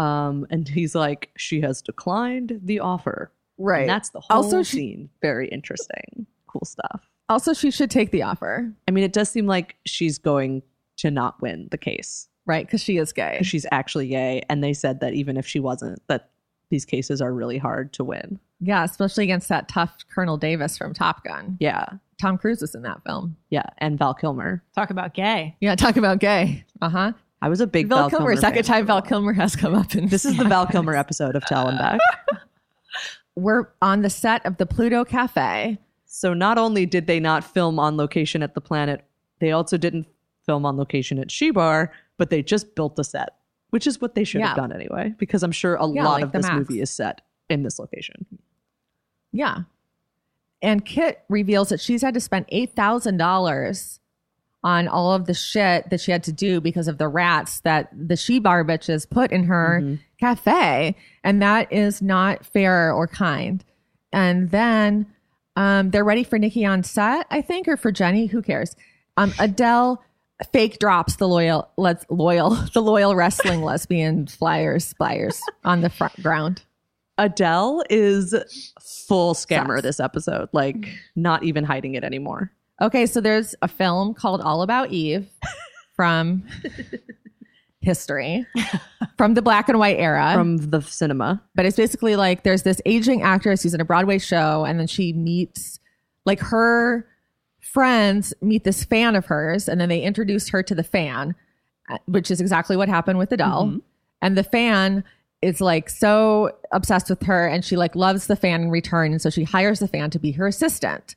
C: Um, and he's like, she has declined the offer.
B: Right.
C: And that's the whole
B: Also, she-
C: scene. Very interesting. Cool stuff.
B: also, she should take the offer.
C: I mean, it does seem like she's going to not win the case
B: Right. Because she is gay.
C: because she's actually gay. And they said that even if she wasn't, that these cases are really hard to win.
B: yeah. Especially against that tough Colonel Davis from Top Gun.
C: Yeah.
B: Tom Cruise was in that film.
C: Yeah. And Val Kilmer.
D: Talk about gay.
B: Yeah, talk about gay. Uh huh.
C: I was a big
B: Val, Kilmer.
C: Uh-huh. Kilmer
B: Second
C: fan.
B: time Val Kilmer has come up, and
C: This is the Val Kilmer episode of Tell and Back.
B: We're on the set of the Pluto Cafe.
C: So not only did they not film on location at the planet, they also didn't film on location at Shebar, but they just built the set, which is what they should have
B: Yeah.
C: done anyway, because I'm sure a
B: Yeah,
C: lot
B: like
C: of
B: the
C: this
B: Max.
C: movie is set in this location.
B: Yeah, and Kit reveals that she's had to spend eight thousand dollars on all of the shit that she had to do because of the rats that the she bar bitches put in her cafe, and that is not fair or kind. And then um, they're ready for Nikki on set, I think, or for Jenny. Who cares? Um, Adele fake drops the loyal let's loyal the loyal wrestling lesbian flyers flyers on the front ground.
C: Adele is full scammer this episode, like
B: Mm.
C: not even hiding it anymore.
B: Okay, so there's a film called All About Eve from history, from the black and white era.
C: From the cinema.
B: but it's basically like there's this aging actress who's in a Broadway show, and then she meets like her friends meet this fan of hers, and then they introduce her to the fan, uh, which is exactly what happened with Adele. And the fan is like so obsessed with her, and she like loves the fan in return, and so she hires the fan to be her assistant.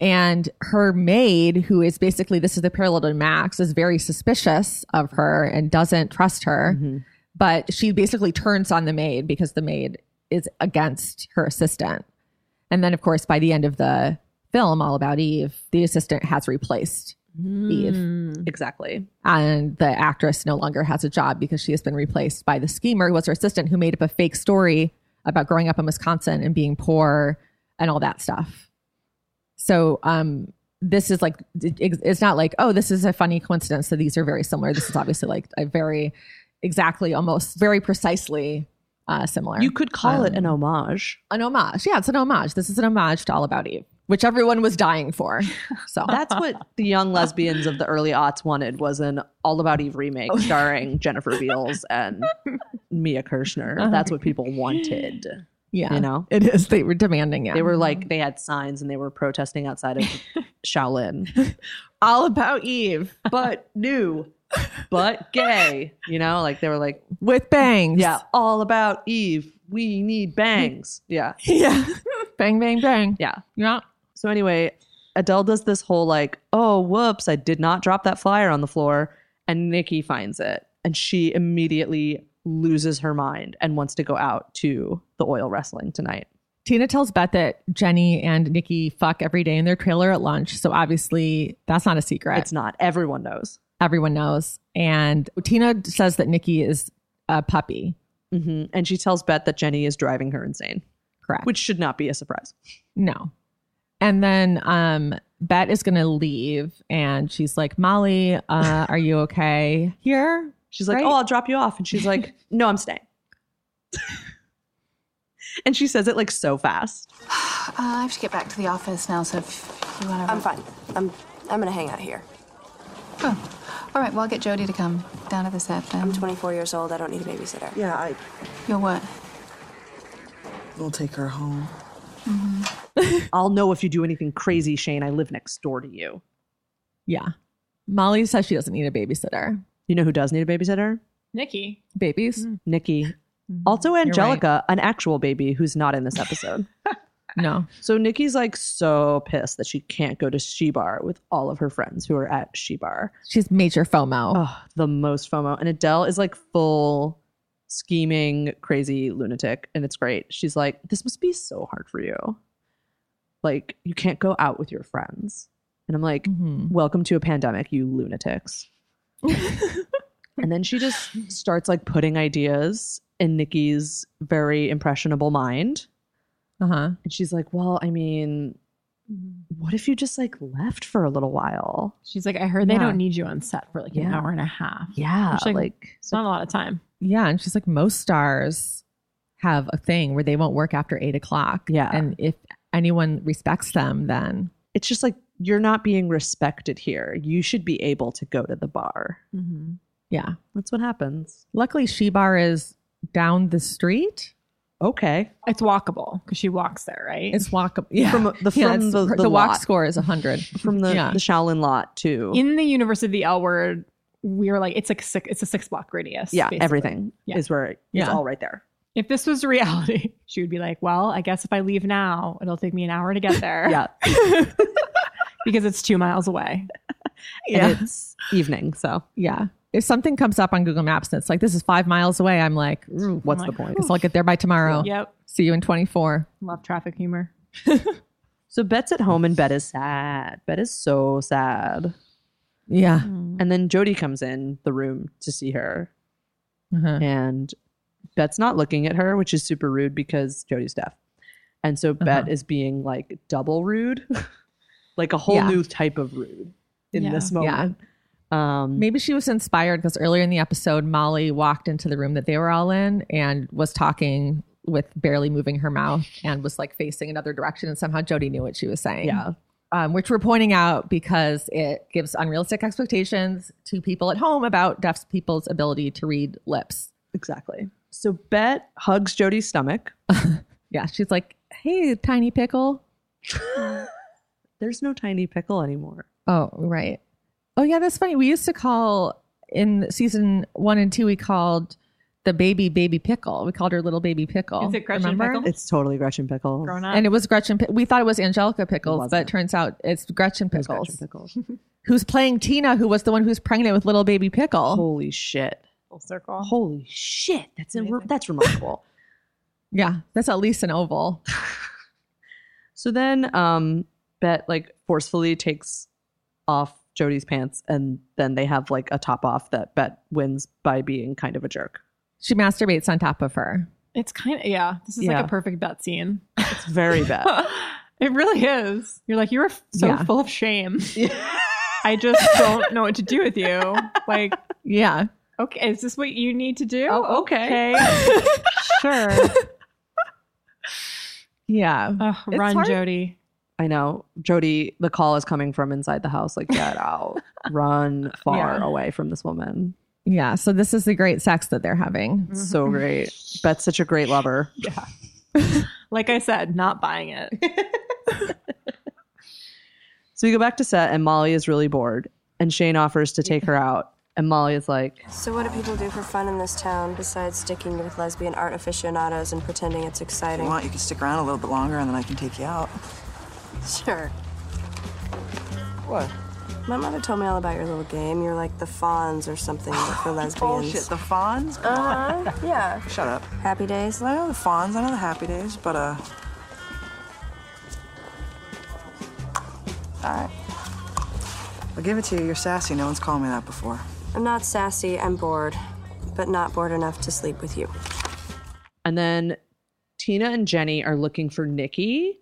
B: And her maid, who is basically this is the parallel to Max, is very suspicious of her and doesn't trust her but she basically turns on the maid because the maid is against her assistant. And then, of course, by the end of the film, All About Eve, the assistant has replaced Eve.
C: Exactly.
B: And the actress no longer has a job because she has been replaced by the schemer who was her assistant who made up a fake story about growing up in Wisconsin and being poor and all that stuff. So, um, this is like it- it's not like oh this is a funny coincidence so these are very similar this is obviously like a very exactly almost very precisely uh similar
C: You could call it an
B: Um,
C: homage.
B: an homage yeah it's an homage this is an homage to all about eve which everyone was dying for so
C: That's what the young lesbians of the early aughts wanted was an All About Eve remake
B: Oh.
C: starring Jennifer Beals and Mia Kirshner. That's what people wanted.
B: Uh-huh. yeah
C: You know?
B: it is they were demanding it
C: They were like they had signs and they were protesting outside of Shaolin.
B: all about eve
C: But new, but gay. You know, like they were like,
B: with bangs
C: yeah, all about Eve. We need bangs. Yeah.
B: yeah bang bang bang
C: Yeah.
B: yeah
C: So anyway, Adele does this whole like, oh whoops, I did not drop that flyer on the floor, and Nikki finds it, and she immediately loses her mind and wants to go out to the oil wrestling tonight.
B: Tina tells Beth that Jenny and Nikki fuck every day in their trailer at lunch. So obviously, that's not a secret.
C: It's not everyone knows.
B: Everyone knows. And Tina says that Nikki is a puppy.
C: hmm And she tells Bet that Jenny is driving her insane,
B: Correct.
C: which should not be a surprise.
B: No. And then um Bet is gonna leave and she's like, Molly, uh, are you okay here?
C: She's like,
B: Right.
C: oh, I'll drop you off, and she's like, no, I'm staying. and she says it like so fast.
J: Uh, I have to get back to the office now, so if you want to.
H: I'm fine. I'm I'm gonna hang out here.
J: All right, well, I'll get Jody to come down to the set
H: I'm
J: then.
H: 24 years old. I don't need a babysitter.
K: Yeah, I
J: You're what?
K: will take her home.
C: I'll know if you do anything crazy, Shane. I live next door to you.
B: Yeah. Molly says she doesn't need a babysitter.
C: You know who does need a babysitter?
D: Nikki.
B: Babies?
C: Hmm. Nikki. Also, Angelica, an actual baby who's not in this episode.
B: No.
C: so Nikki's like so pissed that she can't go to Shebar with all of her friends who are at Shebar.
B: She's major FOMO.
C: Oh, the most FOMO. And Adele is like full scheming, crazy lunatic. And it's great. She's like, this must be so hard for you. Like, you can't go out with your friends. And I'm like,
B: Mhm.
C: welcome to a pandemic, you lunatics. and then she just starts like putting ideas in Nikki's very impressionable mind.
B: Uh-huh.
C: And she's like, well, I mean,
B: Mm-hmm.
C: what if you just like left for a little while?
D: She's like, I heard they
C: Yeah.
D: don't need you on set for like an
C: Yeah.
D: hour and a half.
C: Yeah.
D: like,
C: like
D: It's not a lot of time.
B: Yeah, and she's like, most stars have a thing where they won't work after eight o'clock.
C: Yeah.
B: and if anyone respects them, then
C: it's just like you're not being respected here. You should be able to go to the bar.
D: Mm-hmm.
B: yeah.
C: That's what happens.
B: Luckily, She Bar is down the street.
C: Okay.
D: It's walkable because she walks there, right?
B: It's walkable. Yeah,
C: From the-
B: Yeah,
C: from
B: it's-
C: the-
B: her-
C: the
B: walk
C: lot.
B: score is hundred
C: From the,
B: yeah.
C: the Shaolin lot to
D: in the universe of the L word. We were like, it's like six, it's a six block radius.
C: yeah,
D: basically.
C: everything
D: Yeah.
C: is where it's
B: Yeah.
C: all right there.
D: If this was reality, she would be like, well, I guess if I leave now, it'll take me an hour to get there.
C: Yeah.
D: because it's two miles away.
C: And it's evening, so
B: yeah. If something comes up on Google Maps and it's like this is five miles away, I'm like, "Ooh,
C: what's
D: I'm
C: the
D: like,
C: point?
B: guess I'll get there by tomorrow.
D: Yep.
B: See you in twenty four.
D: Love traffic humor.
C: So Bet's at home and Bet is sad. Bet is so sad.
B: Yeah.
C: And then Jody comes in the room to see her,
B: Uh-huh.
C: and Bet's not looking at her, which is super rude because Jody's deaf. And so Bet
B: Uh-huh.
C: is being like double rude, like a whole
B: Yeah.
C: new type of rude in
D: Yeah.
C: this
B: Yeah.
C: moment. Um,
B: Maybe she was inspired because earlier in the episode, Molly walked into the room that they were all in and was talking with barely moving her mouth and was like facing another direction. And somehow Jody knew what she was saying. Yeah. Um, which we're pointing out because it gives unrealistic expectations to people at home about deaf people's ability to read lips.
C: Exactly. So Bet hugs Jody's stomach.
B: yeah. She's like, hey, tiny pickle.
C: There's no tiny pickle anymore.
B: Oh, right. Oh, yeah, that's funny. We used to call in season one and two, we called the baby baby pickle. We called her little baby pickle.
D: Is it Gretchen Pickle?
C: It's totally Gretchen Pickles.
D: Grown up.
B: And it was Gretchen. Pi- We thought it was Angelica Pickles,
C: wasn't.
B: but it turns out it's Gretchen
C: It's
B: Pickles,
C: Gretchen Pickles.
B: who's playing Tina, who was the one who's pregnant with little baby pickle.
C: Holy shit.
D: Full circle.
C: Holy shit. That's in, that's remarkable.
B: Yeah, that's at least an oval.
C: So then um Bet like forcefully takes off Jody's pants and then they have like a top off that Bet wins by being kind of a jerk.
B: She masturbates on top of her.
D: It's kind of, yeah, this is like
C: Yeah.
D: a perfect bet scene.
C: It's very bad.
D: it really is. You're like, you're so
B: Yeah.
D: full of shame. I just don't know what to do with you. Like,
B: Yeah.
D: okay, is this what you need to do?
C: Oh, okay.
D: Okay. sure.
B: Yeah.
D: Ugh,
B: It's
D: run,
B: hard.
D: Jody.
C: I know. Jody, the call is coming from inside the house like get out. Run far
B: Yeah.
C: away from this woman.
B: Yeah. So this is the great sex that they're having.
C: It's So great. Bet's such a great lover.
D: Like I said, not buying it.
C: So we go back to set and Molly is really bored and Shane offers to take her out and Molly is like,
H: So, what do people do for fun in this town besides sticking with lesbian art aficionados and pretending it's
K: If
H: exciting?
K: you want, you can stick around a little bit longer and then I can take you out.
H: Sure.
K: What?
H: My mother told me all about your little game. You're like the Fawns or something but for
K: Bullshit.
H: lesbians.
K: The Fawns?
H: Uh, yeah.
K: Shut up.
H: Happy days.
K: I know the Fawns. I know the Happy Days, but uh. Alright. I'll give it to you. You're sassy. No one's called me that before.
H: I'm not sassy. I'm bored, but not bored enough to sleep with you.
C: And then Tina and Jenny are looking for Nikki.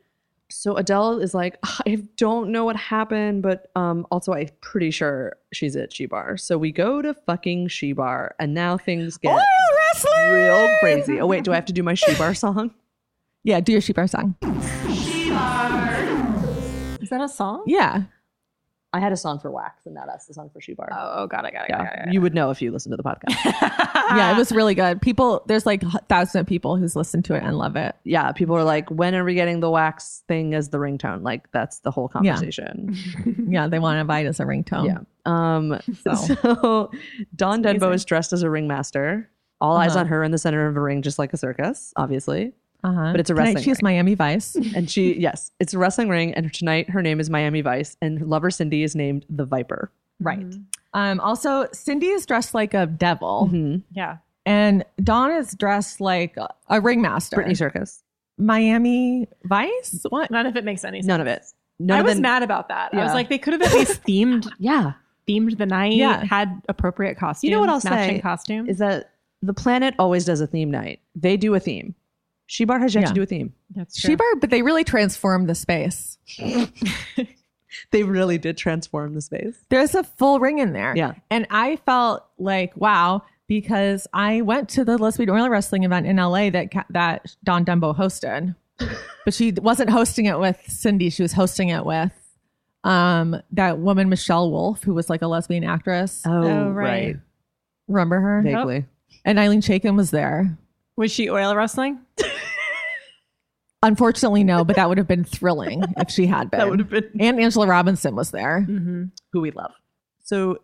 C: So Adele is like, "Ah, I don't know what happened, but um, also I'm pretty sure she's at She Bar. So we go to fucking She Bar, and now things get real crazy. Oh wait, do I have to do my She Bar song?
B: Yeah. Do your sheep our song.
D: Is that a song?
B: Yeah.
C: I had a song for Wax, and now that's the song for She Bar.
D: Oh, got it, got it, got it.
C: yeah, you would know if you listened to the podcast. Uh,
B: Yeah. It was really good. People, there's like thousands of people who's listened to it and love it.
C: yeah, people are like, when are we getting the Wax thing as the ringtone? Like that's the whole conversation.
B: Yeah. They want to invite us a ringtone.
C: Mm-hmm. Yeah. Um, so.
B: So.
C: Don Denbo is dressed as a ringmaster. All eyes
B: Uh-huh.
C: on her in the center of a ring, just like a circus, obviously.
B: Uh-huh.
C: But it's a
B: Tonight
C: wrestling
B: She's
C: ring.
B: Miami Vice.
C: And she, yes, it's a wrestling ring. And tonight her name is Miami Vice, and her lover Cindy is named the Viper.
B: Right.
C: Mm-hmm.
B: Um, also, Cindy is dressed like a devil,
C: Mhm.
D: Yeah.
B: and Dawn is dressed like a- a ringmaster.
C: Brittany Circus.
B: Miami Vice? What?
D: None of it makes any sense.
C: None of it. None
D: I
C: of
D: was
C: the-
D: mad about that. I was
C: Yeah.
D: like, they could have at least themed
C: Yeah.
D: themed the night,
B: Yeah.
D: had appropriate costumes,
C: what I'll
D: matching
C: say
D: costumes.
C: Is that the planet always does a theme night? They do a theme. Shebar has yet
B: Yeah.
C: to do a theme.
D: That's
B: She bar, but they really transformed the space.
C: They really did transform the space.
B: There's a full ring in there.
C: Yeah.
B: And I felt like, wow, because I went to the lesbian oil wrestling event in LA that ca- that Don Dumbo hosted. but she wasn't hosting it with Cindy, she was hosting it with um that woman Michelle Wolf who was like a lesbian actress.
C: Oh,
D: right.
B: Remember her?
C: Vaguely.
B: And Eileen Chaikin was there.
D: Was she oil wrestling?
B: Unfortunately, no, but that would have been thrilling if she had been.
C: That would have been Mm.
B: and Angela Robinson was there.
D: Mm-hmm.
C: who we love. So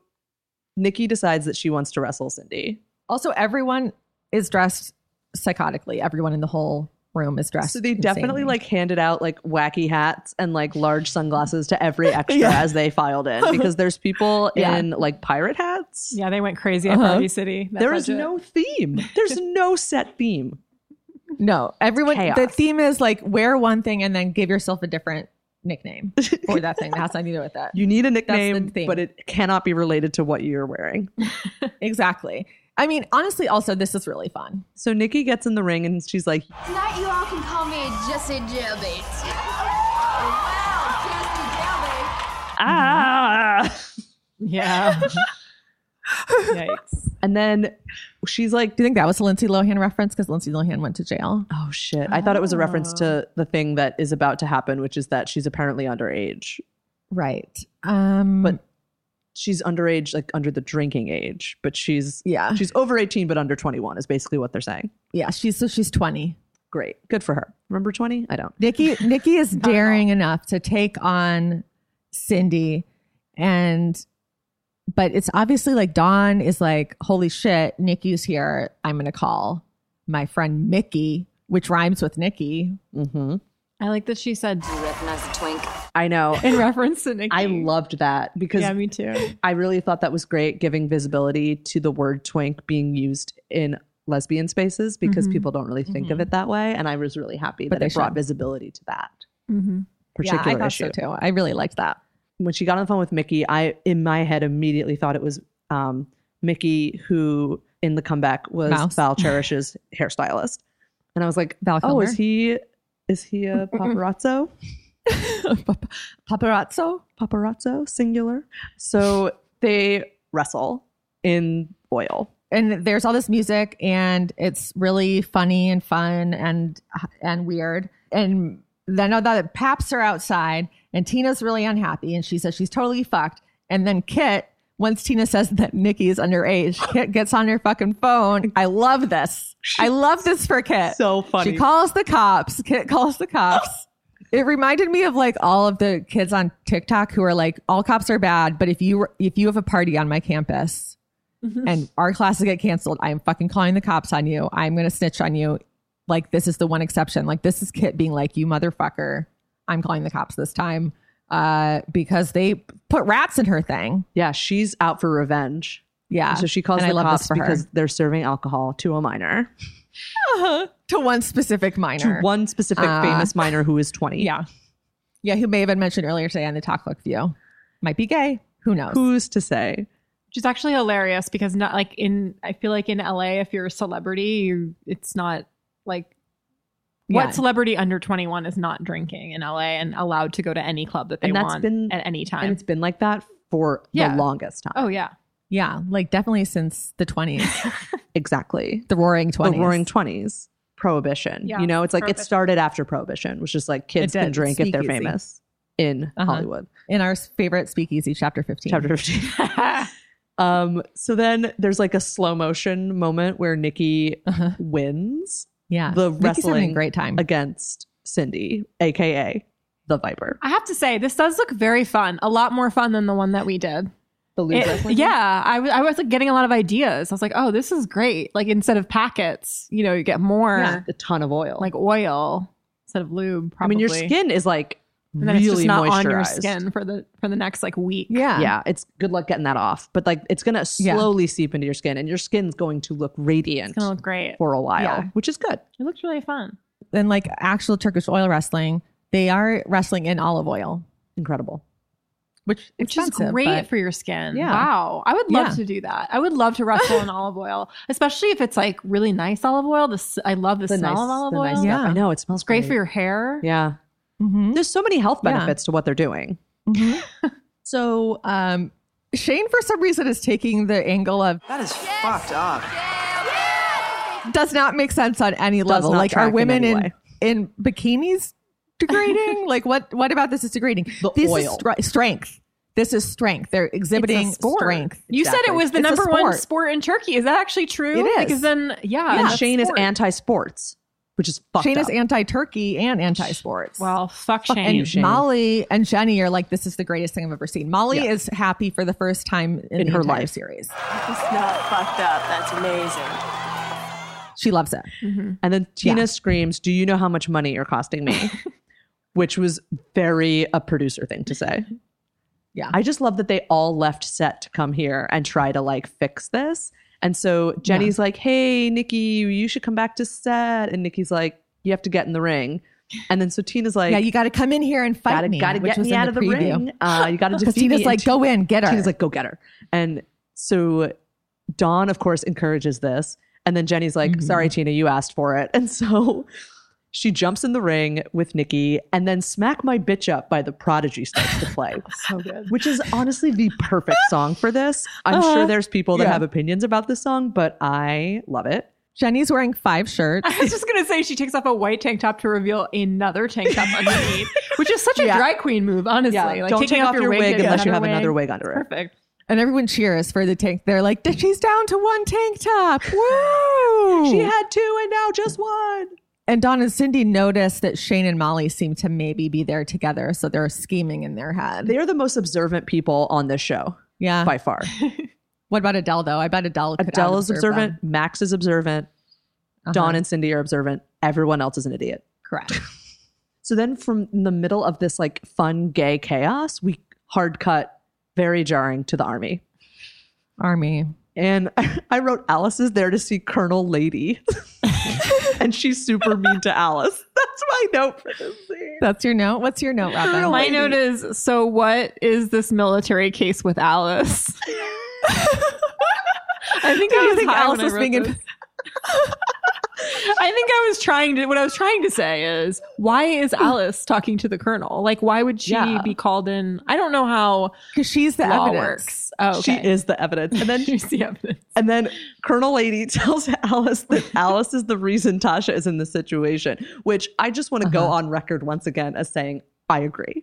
C: Nikki decides that she wants to wrestle Cindy.
B: Also, everyone is dressed psychotically. Everyone in the whole room is dressed.
C: So they definitely
B: insanely.
C: like handed out like wacky hats and like large sunglasses to every extra
B: Yeah.
C: as they filed in because there's people
B: Yeah.
C: in like pirate hats.
D: Yeah, they went crazy at
B: Uh-huh.
D: Party City. That
C: there is
D: budget.
C: no theme. There's no set theme.
B: no everyone. The
C: chaos.
B: theme is like wear one thing and then give yourself a different nickname for that thing that has nothing to do with that.
C: You need a nickname,
B: theme.
C: but it cannot be related to what you're wearing.
B: Exactly. I mean, honestly, also this is really fun.
C: So Nikki gets in the ring and she's like,
L: Tonight you all can call me Jesse Jailbait.
C: ah.
D: Yeah.
C: Yikes. And then she's like,
B: Do you think that was a Lindsay Lohan reference? Because Lindsay Lohan went to jail.
C: Oh, shit. I thought it was a reference
B: Ah.
C: to the thing that is about to happen, which is that she's apparently underage.
B: Right. Um,
C: but she's underage, like under the drinking age. But she's
B: Yeah.
C: she's over eighteen, but under twenty one is basically what they're saying.
B: Yeah, she's so she's 20.
C: Great, good for her. Remember twenty? I don't.
B: Nikki Nikki is daring enough to take on Cindy and but it's obviously like Dawn is like, holy shit, Nikki's here. I'm gonna call my friend Mickey, which rhymes with Nikki.
C: Mm-hmm.
D: I like that she said
I: You recognize the twink?
C: I know.
D: in reference to Nikki.
C: I loved that because
D: Yeah, me too.
C: I really thought that was great, giving visibility to the word twink being used in lesbian spaces because
B: Mhm.
C: people don't really think of it that way. And I was really happy
B: But
C: that
B: they
C: it brought
B: should.
C: visibility to that
D: Mm-hmm.
C: particular
B: yeah, I thought
C: issue.
B: so too. I really liked that.
C: When she got on the phone with Mickey, I in my head immediately thought it was um, Mickey who in the comeback was
B: Mouse.
C: Val Cherish's hairstylist. And I was like,
B: Val
C: Oh, is
B: Kilmer?
C: he is he a paparazzo?
B: Pap- Paparazzo?
C: Paparazzo singular. So they wrestle in oil.
B: and there's all this music and it's really funny and fun and and weird and then I know that paps are outside and tina's really unhappy and she says she's totally fucked and then kit once tina says that nikki is underage kit gets on her fucking phone i love this i love this for kit
C: So funny.
B: she calls the cops kit calls the cops it reminded me of like all of the kids on tiktok who are like all cops are bad but if you were- if you have a party on my campus and our classes get canceled, I'm fucking calling the cops on you. I'm gonna snitch on you. Like this is the one exception. Like this is Kit being like, you motherfucker, I'm calling the cops this time. Uh, because they put rats in her thing.
C: Yeah, she's out for revenge.
B: Yeah.
C: So she calls
B: And I
C: the
B: love this
C: cops
B: for her.
C: because they're serving alcohol to a minor,
B: to one specific minor.
C: to one specific
B: Uh,
C: famous minor who is 20.
B: Yeah. Yeah, who may have been mentioned earlier today on the talk look view. Might be gay. Who knows?
C: Who's to say?
D: Which is actually hilarious because not like in I feel like in LA if you're a celebrity, you it's not like
B: Yeah.
D: what celebrity under 21 is not drinking in LA and allowed to go to any club that they
C: And that's
D: want
C: been-
D: at any
C: And
D: time.
C: it's been like that for
D: Yeah.
C: the longest time.
D: Oh yeah.
B: Yeah, like definitely since the 20s,
C: Exactly.
B: the roaring 20s.
C: The roaring 20s, prohibition.
D: Yeah,
C: you know, it's like it
D: prohibition.
C: started after prohibition, which is like kids
B: It
C: can
B: did.
C: drink if they're
B: Speakeasy.
C: famous in
B: Uh-huh.
C: Hollywood.
B: in our favorite speakeasy, chapter 15.
C: Chapter 15. um, so then there's like a slow motion moment where Nikki
B: Uh-huh.
C: wins
B: Yeah.
C: The
B: Nikki's having
C: wrestling
B: a great time.
C: against Cindy, aka the Viper.
D: I have to say this does look very fun. A lot more fun than the one that we did.
C: The
D: It-
C: loser.
D: yeah, I was I was like getting a lot of ideas. I was like, "Oh, this is great." Like instead of packets, you know, you get more
C: Yeah, a ton of oil.
D: like oil instead of lube
C: I
D: probably.
C: mean, your skin is like
D: and then
C: really
D: it's just not
C: moisturized.
D: on your skin for the for the next like week.
B: Yeah.
C: Yeah, it's good luck getting that off. But like, it's gonna
B: Yeah.
C: slowly seep into your skin, and your skin's going to look radiant
D: It's gonna look great.
C: for a while,
B: Yeah.
C: which is good.
D: It looks really fun.
B: And like actual Turkish oil wrestling, they are wrestling in olive oil,
C: Incredible.
B: which
D: Which is
B: expensive,
D: great
B: but-
D: for your skin.
B: Yeah.
D: Wow. I would love
B: Yeah.
D: to do that. I would love to wrestle in olive oil, especially if it's like really nice olive oil. This I love the, smell of olive
C: the
D: oil.
C: nice
D: yeah.
C: stuff. I know it smells
D: It's great for your Mm-hmm. hair.
C: Yeah,
B: Mhm,
C: there's so many health
B: Yeah.
C: benefits to what they're doing.
B: mhm. so, um, Shane, for some reason, is taking the angle of
K: That is fucked up.
B: does not make sense on any level.
C: not
B: Like, are
C: track in
B: women
C: any
B: in,
C: way.
B: in bikinis degrading? like, what what about this is degrading?
C: The
B: this is
C: oil.
B: str- strength. This is strength. They're exhibiting strength.
D: You said it was the
B: It's a
D: number one
B: sport.
D: sport in Turkey. Is that actually true?
B: It is.
D: Because then, yeah.
C: And
D: that's
C: Shane
D: sport.
C: is anti-sports, which is fucked
B: Shane
C: up.
B: is anti-turkey and anti-sports.
D: Well, fuck Shane.
B: and
C: you, Shane.
B: Molly and Jenny are like, this is the greatest thing I've ever seen. Molly
C: Yeah.
B: is happy for the first time in,
C: In
B: the
C: her
B: entire
C: life.
B: series.
K: It's not fucked up. That's amazing.
B: She loves it.
C: And then Tina screams, Do you know how much money you're costing me? Which was very a producer thing to say.
B: Yeah.
C: I just love that they all left set to come here and try to like fix this. And so Jenny's like, Hey, Nikki, you should come back to set. And Nikki's like, You have to get in the ring. And then so Tina's like,
B: yeah, you got to come in here and fight
C: gotta,
B: me.
C: gotta
B: which
C: get
B: was
C: me
B: in
C: out of the
B: preview.
C: ring. Uh, you gotta
B: Because
C: defeat me.
B: Tina's
C: And
B: like,
C: Ti-
B: go in, get her.
C: Tina's like, go get her. And so
B: Mm-hmm.
C: Dawn, of course, encourages this. And then Jenny's like, sorry, Tina, you asked for it. And so She jumps in the ring with Nikki, and then Smack My Bitch Up by The Prodigy starts to play. so good. Which is honestly the perfect song for this. I'm
B: Uh-huh.
C: sure there's people that
B: Yeah.
C: have opinions about this song, but I love it.
B: Jenny's wearing five shirts.
D: I was just gonna say she takes off a white tank top to reveal another tank top underneath, which is such a
B: Yeah.
D: dry queen move, honestly.
B: Yeah.
D: Like
B: Don't
D: taking
B: take off your wig
D: getting
B: unless you have another wig
C: under
D: It's
C: it.
D: Perfect.
B: And everyone cheers for the tank. They're like, she's down to one tank top. Woo!
C: She had two and now just one.
B: And Don and Cindy noticed that Shane and Molly seem to maybe be there together. So they're scheming in their head.
C: They are the most observant people on this show.
B: Yeah.
C: By far.
B: What about Adele, though? I bet Adele could
C: Adele is
B: out-observe
C: observant.
B: them. Uh-huh.
C: Max is observant. Dawn and Cindy are observant. Everyone else is an idiot.
B: Correct.
C: so then from the middle of this like fun gay chaos, we hard cut very jarring to the army.
B: Army.
C: And I wrote Alice is there to see Colonel Lady. and she's super mean to Alice. That's my note for this scene.
B: That's your note? What's your note, Robin?
D: My note is so what is this military case with Alice? I think
B: Did
D: I
B: you
D: was
B: think
D: high
B: Alice
D: when I
B: was
D: wrote
B: being in-
D: this. I think I was trying to what I was trying to say is why is
B: Hmm.
D: Alice talking to the colonel? Like why would she
C: Yeah.
D: be called in? I don't know how
B: because she's the evidence.
D: works. Oh,
C: She
D: okay.
C: is the evidence. And then
D: she's the evidence.
C: And then Colonel Lady tells Alice that Alice is the reason Tasha is in this situation, which I just want to
B: Uh-huh.
C: go on record once again as saying, I agree.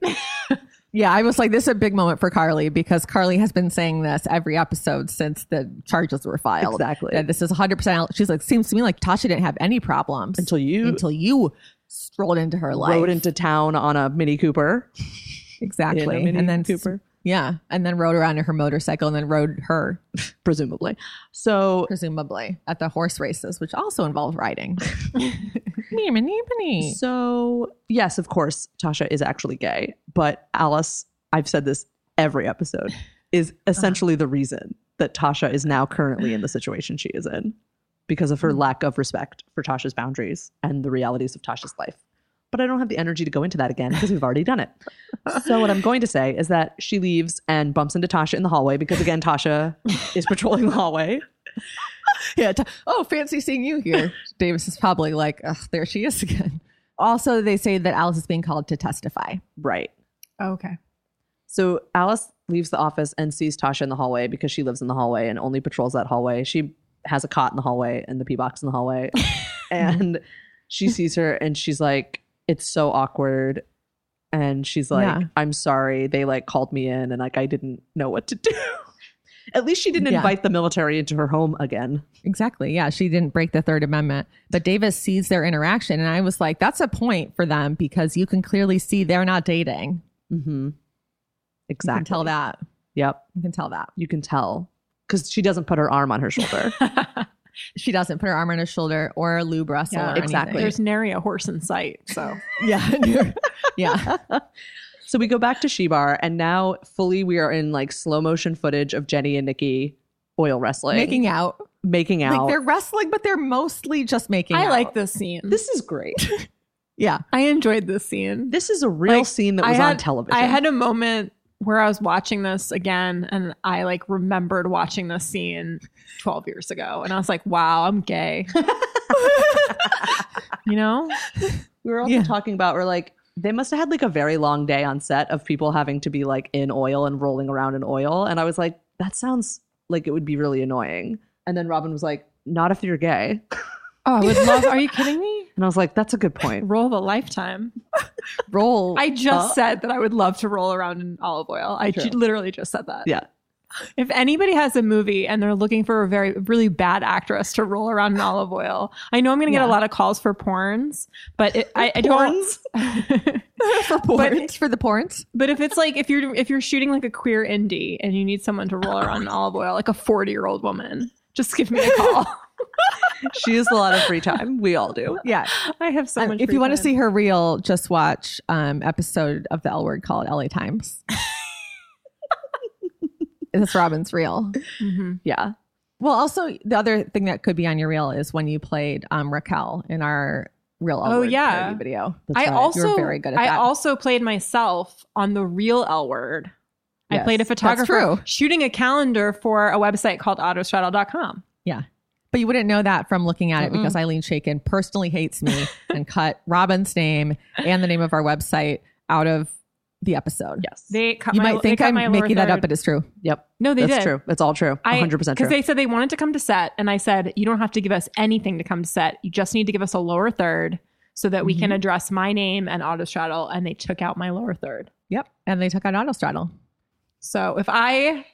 B: Yeah, I was like, this is a big moment for Carly because Carly has been saying this every episode since the charges were filed.
C: Exactly.
B: That this is 100%. Al- She's like, seems to me like Tasha didn't have any problems
C: Until you
B: until you strolled into her life.
C: rode into town on a Mini Cooper. in a
B: exactly.
C: Mini
B: And then,
C: Cooper,
B: yeah. And then rode around in her motorcycle and then rode her,
C: presumably. So
B: presumably, at the horse races, which also involved riding. Meemany-many.
C: So, yes, of course, Tasha is actually gay, but Alice, I've said this every episode, is essentially the reason that Tasha is now currently in the situation she is in because of her lack of respect for Tasha's boundaries and the realities of Tasha's life. But I don't have the energy to go into that again because we've already done it. So, what I'm going to say is that she leaves and bumps into Tasha in the hallway because, again, Tasha is patrolling the hallway.
B: yeah. t- oh, fancy seeing you here. Davis is probably like, Ugh, there she is again. Also, they say that Alice is being called to testify.
C: Right.
B: Oh,
D: Okay.
C: So Alice leaves the office and sees Tasha in the hallway because she lives in the hallway and only patrols that hallway. She has a cot in the hallway and the pee box in the hallway. and she sees her and she's like, it's so awkward. And she's like,
B: Yeah.
C: I'm sorry. They like called me in and like I didn't know what to do. At least she didn't
B: Yeah.
C: invite the military into her home again.
B: Exactly. Yeah. She didn't break the Third Amendment. But Davis sees their interaction. And I was like, that's a point for them because you can clearly see they're not dating.
C: Mm-hmm.
B: You
C: Exactly.
B: can tell that.
C: Yep.
B: You can tell that.
C: You can tell. Because she doesn't put her arm on her shoulder.
B: She doesn't put her arm on his shoulder or a lube wrestle
D: Yeah,
B: or
C: exactly.
B: anything.
D: There's nary a horse in sight. So
B: Yeah. yeah.
C: So we go back to Shebar, and now fully we are in like slow motion footage of Jenny and Nikki oil wrestling,
B: Making out.
C: making out.
B: Like they're wrestling, but they're mostly just making
D: I
B: out.
D: like this scene.
C: this is great.
B: Yeah.
D: I enjoyed this scene.
C: this is a real
D: Like,
C: scene that
D: I
C: was on
D: had-
C: television.
D: I had a moment where I was watching this again and I like remembered watching this scene 12 years ago and I was like, wow, I'm gay. you know?
C: we were also
B: Yeah.
C: talking about we're like they must have had like a very long day on set of people having to be like in oil and rolling around in oil, and I was like, that sounds like it would be really annoying. And then Robin was like, not if you're gay,
D: Oh, I would love Are you kidding me?
C: and I was like, that's a good point.
D: Roll of a lifetime.
C: Roll.
D: I just
C: up.
D: said that I would love to roll around in olive oil. I ju-
C: True.
D: literally just said that.
C: yeah.
D: If anybody has a movie and they're looking for a very really bad actress to roll around in olive oil, I know I'm going to get a lot of calls for porns, but it, I, I don't.
B: for porns. for the porns.
D: But if it's like if you're if you're shooting like a queer indie and you need someone to roll around in olive oil, like a 40 year old woman, just give me a call.
C: she has a lot of free time. We all do.
B: Yeah.
D: I have so
B: Um,
D: much.
B: if
D: free
B: you want to
D: time.
B: see her real, just watch um episode of the L Word called LA Times. That's Robin's reel.
D: Mhm.
C: Yeah.
B: Well, also the other thing that could be on your reel is when you played um Raquel in our real L
D: Oh,
B: Word
D: yeah.
B: parody video.
C: That's
D: I
C: right.
D: also
B: You're very good at
D: I
B: that.
D: also played myself on the real L word. I
B: Yes,
D: played a
B: that's
D: photographer
B: true.
D: shooting a calendar for a website called autostraddle.com.
B: Yeah. But you wouldn't know that from looking at it
M: Mm-mm.
B: because Eileen Shaken personally hates me and cut Robin's name and the name of our website out of the episode. Yes.
D: They cut
B: you
D: my-
B: might
D: they
B: think
D: cut
B: I'm
D: my lower
B: making that
D: third.
B: up, but it's true.
C: Yep.
D: No, they
C: That's
D: did.
C: true. It's all true.
D: I-
C: 100% true.
D: Because they said they wanted to come to set, and I said, you don't have to give us anything to come to set. You just need to give us a lower third so that we can
B: Mhm.
D: address my name and auto straddle. And they took out my lower third.
B: Yep. And they took out auto straddle.
D: So if I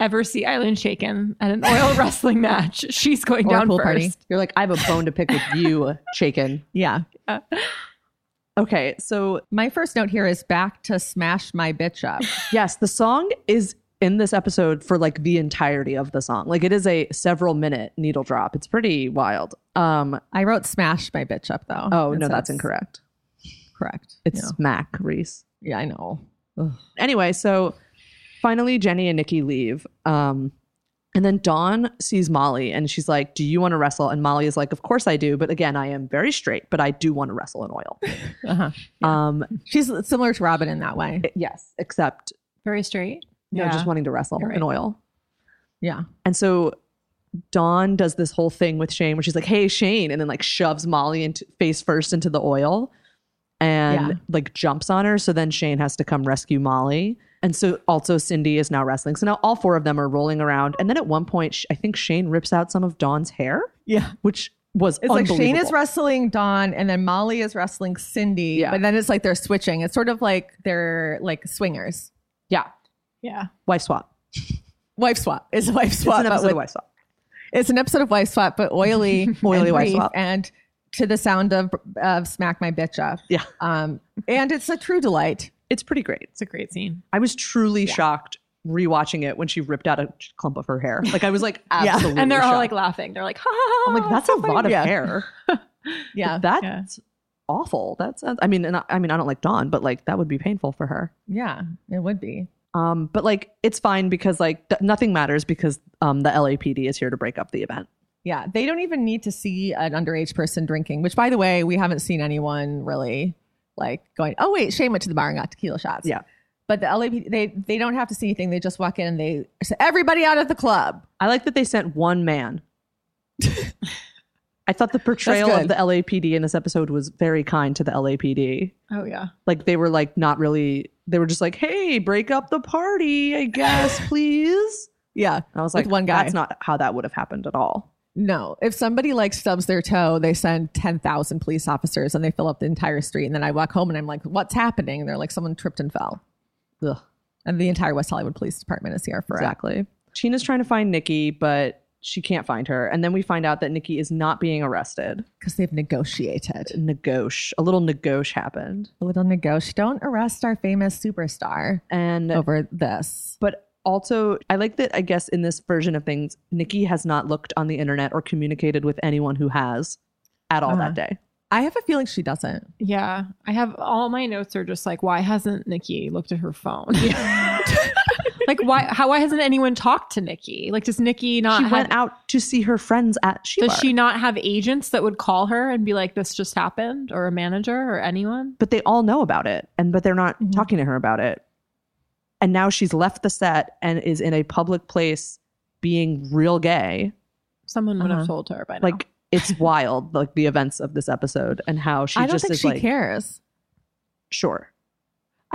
D: ever see Eileen Shaken at an oil wrestling match, she's going
C: Or a
D: down
C: pool
D: first.
C: party. You're like, I have a bone to pick with you, Shaken.
B: Yeah.
C: Okay, so
B: my first note here is back to smash my bitch up.
C: Yes, the song is in this episode for like the entirety of the song. Like it is a several minute needle drop. It's pretty wild. Um
B: I wrote smash my bitch up though.
C: Oh, no,
B: instead of
C: that's
B: s-
C: incorrect.
B: Correct.
C: It's
B: Yeah.
C: smack, Reese.
B: Yeah, I know.
C: Anyway, so finally Jenny and Nikki leave. Um and then Dawn sees Molly and she's like, "Do you want to wrestle?" And Molly is like, "Of course I do, but again, I am very straight, but I do want to wrestle in oil."
B: Uh-huh.
C: Um
B: she's similar to Robin in that way.
C: yes, except
D: Very straight.
C: you know, just wanting to wrestle
D: You're
C: in
D: right.
C: oil.
B: Yeah.
C: And so Dawn does this whole thing with Shane where she's like, hey, Shane, and then like shoves Molly into face first into the oil and
B: Yeah.
C: like jumps on her. So then Shane has to come rescue Molly. And so also Cindy is now wrestling. So now all four of them are rolling around. And then at one point, sh- I think Shane rips out some of Dawn's hair.
B: Yeah.
C: Which was
B: It's like Shane is
C: unbelievable.
B: wrestling Dawn and then Molly is wrestling Cindy.
C: Yeah.
B: But then it's like they're switching. It's sort of like they're like swingers.
C: Yeah.
D: Yeah.
C: Wife swap.
B: Wife swap. It's a wife
C: It's
B: swap.
C: an
B: but
C: episode of
B: with-
C: Wife Swap.
B: It's an episode of Wife Swap, but oily,
C: Oily
B: and
C: Wife
B: brief
C: Swap.
B: and to the sound of of smack my bitch up.
C: Yeah.
B: Um, and it's a true delight.
C: It's pretty great.
D: It's a great scene.
C: I was truly shocked rewatching it when she ripped out a clump of her hair. Like I was like,
D: Yeah.
C: absolutely.
D: And they're all
C: shocked.
D: like laughing. They're like, ha ha ha.
C: I'm like, "Oh, that's a lot of
D: Yeah.
C: hair.
B: Yeah.
C: That's awful. That sounds. I mean, and I, I mean, I don't like Dawn, but like that would be painful for her.
B: Yeah, it would be.
C: Um, but like it's fine because like th- nothing matters because um the LAPD is here to break up the event.
B: Yeah, they don't even need to see an underage person drinking, which by the way, we haven't seen anyone really like going, "Oh wait, Shane went to the bar and got tequila shots."
C: Yeah.
B: But the LAP they they don't have to see anything. They just walk in and they say, "Everybody out of the club."
C: I like that they sent one man. I thought the portrayal of
B: good.
C: the LAPD in this episode was very kind to the LAPD.
D: Oh, yeah.
C: Like they were like not really. They were just like, "Hey, break up the party, I guess, please."
B: Yeah,
C: And I was
B: With
C: like,
B: one guy.
C: That's not how that would have happened at all.
B: No, if somebody like stubs their toe, they send 10,000 police officers and they fill up the entire street and then I walk home and I'm like, "What's happening?" And they're like, "Someone tripped and fell."
C: Ugh.
B: And the entire West Hollywood Police Department is here for it.
C: Exactly. Sheena's trying to find Nikki, but she can't find her. And then we find out that Nikki is not being arrested.
B: Because they've negotiated.
C: Negoche. A little negoche happened.
B: A little negotiate. Don't arrest our famous superstar
C: And
B: over this.
C: but also I like that I guess in this version of things, Nikki has not looked on the internet or communicated with anyone who has at all that
B: Uh-huh.
C: day.
B: I have a feeling she doesn't.
D: Yeah. I have all my notes are just like, why hasn't Nikki looked at her phone? like, why, how, why hasn't anyone talked to Nikki? Like, does Nikki not
C: she
D: Uh, have-
C: went out to see her friends at Shebar.
D: Does she not have agents that would call her and be like, this just happened, or a manager or anyone?
C: but they all know about it and but they're not
B: Mm-hmm.
D: Mhm.
C: talking to her about it and now she's left the set and is in a public place being real gay
D: Someone would
C: Uh-huh.
D: have told her by now.
C: like it's wild like the events of this episode and how she
B: I don't
C: just
B: think
C: is
B: she
C: like
B: cares.
C: sure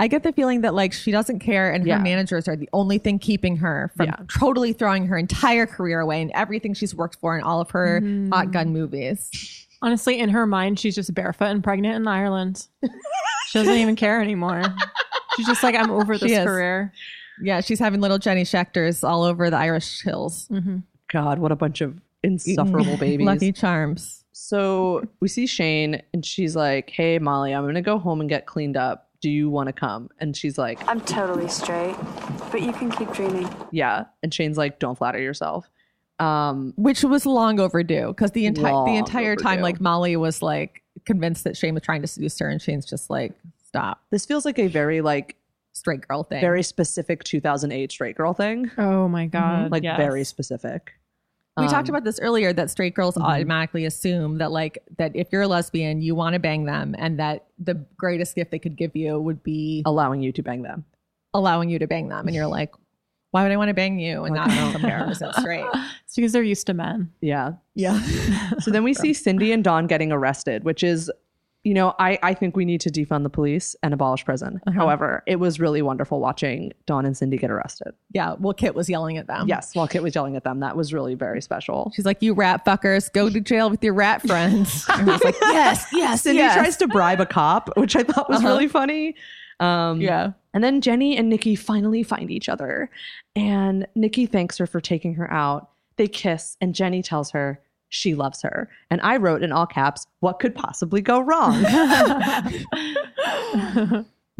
B: I get the feeling that like she doesn't care and
C: Yeah.
B: her managers are the only thing keeping her from
C: Yeah.
B: totally throwing her entire career away and everything she's worked for in all of her
C: Mm-hmm.
D: Mhm.
B: hot gun movies.
D: Honestly, in her mind, she's just barefoot and pregnant in Ireland. she doesn't even care anymore. She's just like, I'm over
B: She
D: this
B: is.
D: career.
B: Yeah, she's having little Jenny Schechters all over the Irish hills. Mm-hmm.
D: Mm-hmm.
C: god what a bunch of Mm, insufferable babies
B: Lucky Charms.
C: so we see shane and she's like hey molly i'm gonna go home and get cleaned up do you want to come and she's like
F: I'm totally straight, but you can keep dreaming.
C: yeah and shane's like don't flatter yourself um
B: Which was long overdue because the entire
C: Long
B: the entire time
C: overdue.
B: like Molly was like convinced that Shane was trying to seduce her and Shane's just like stop
C: this feels like a very like
B: straight girl thing.
C: very specific 2008 straight girl thing
D: Oh my God.
C: like
D: yes.
C: very specific
B: We talked
C: Um,
B: about this earlier that straight girls
C: Mhm.
B: automatically assume that like that if you're a lesbian, you want to bang them and that the greatest gift they could give you would be
C: allowing you to bang them
B: allowing you to bang them and you're like Why would I want to bang you and not bang someone who's not straight?
D: It's because they're used to men.
C: Yeah.
B: Yeah.
C: so then we see Cindy and Don getting arrested, which is, you know, I, I think we need to defund the police and abolish prison. However, it was really wonderful watching Don and Cindy get arrested.
B: Yeah. Well, Kit was yelling at them.
C: Yes, while Kit was yelling at them. That was really very special.
B: She's like, you rat fuckers, go to jail with your rat friends. And I was like, yes, yes,
C: Cindy
B: yes.
C: tries to bribe a cop, which I thought was
B: Uh-huh.
C: really funny. Um,
B: Yeah.
C: And then Jenny and Nikki finally find each other. And Nikki thanks her for taking her out. They kiss, and Jenny tells her she loves her. And I wrote in all caps, What could possibly go wrong?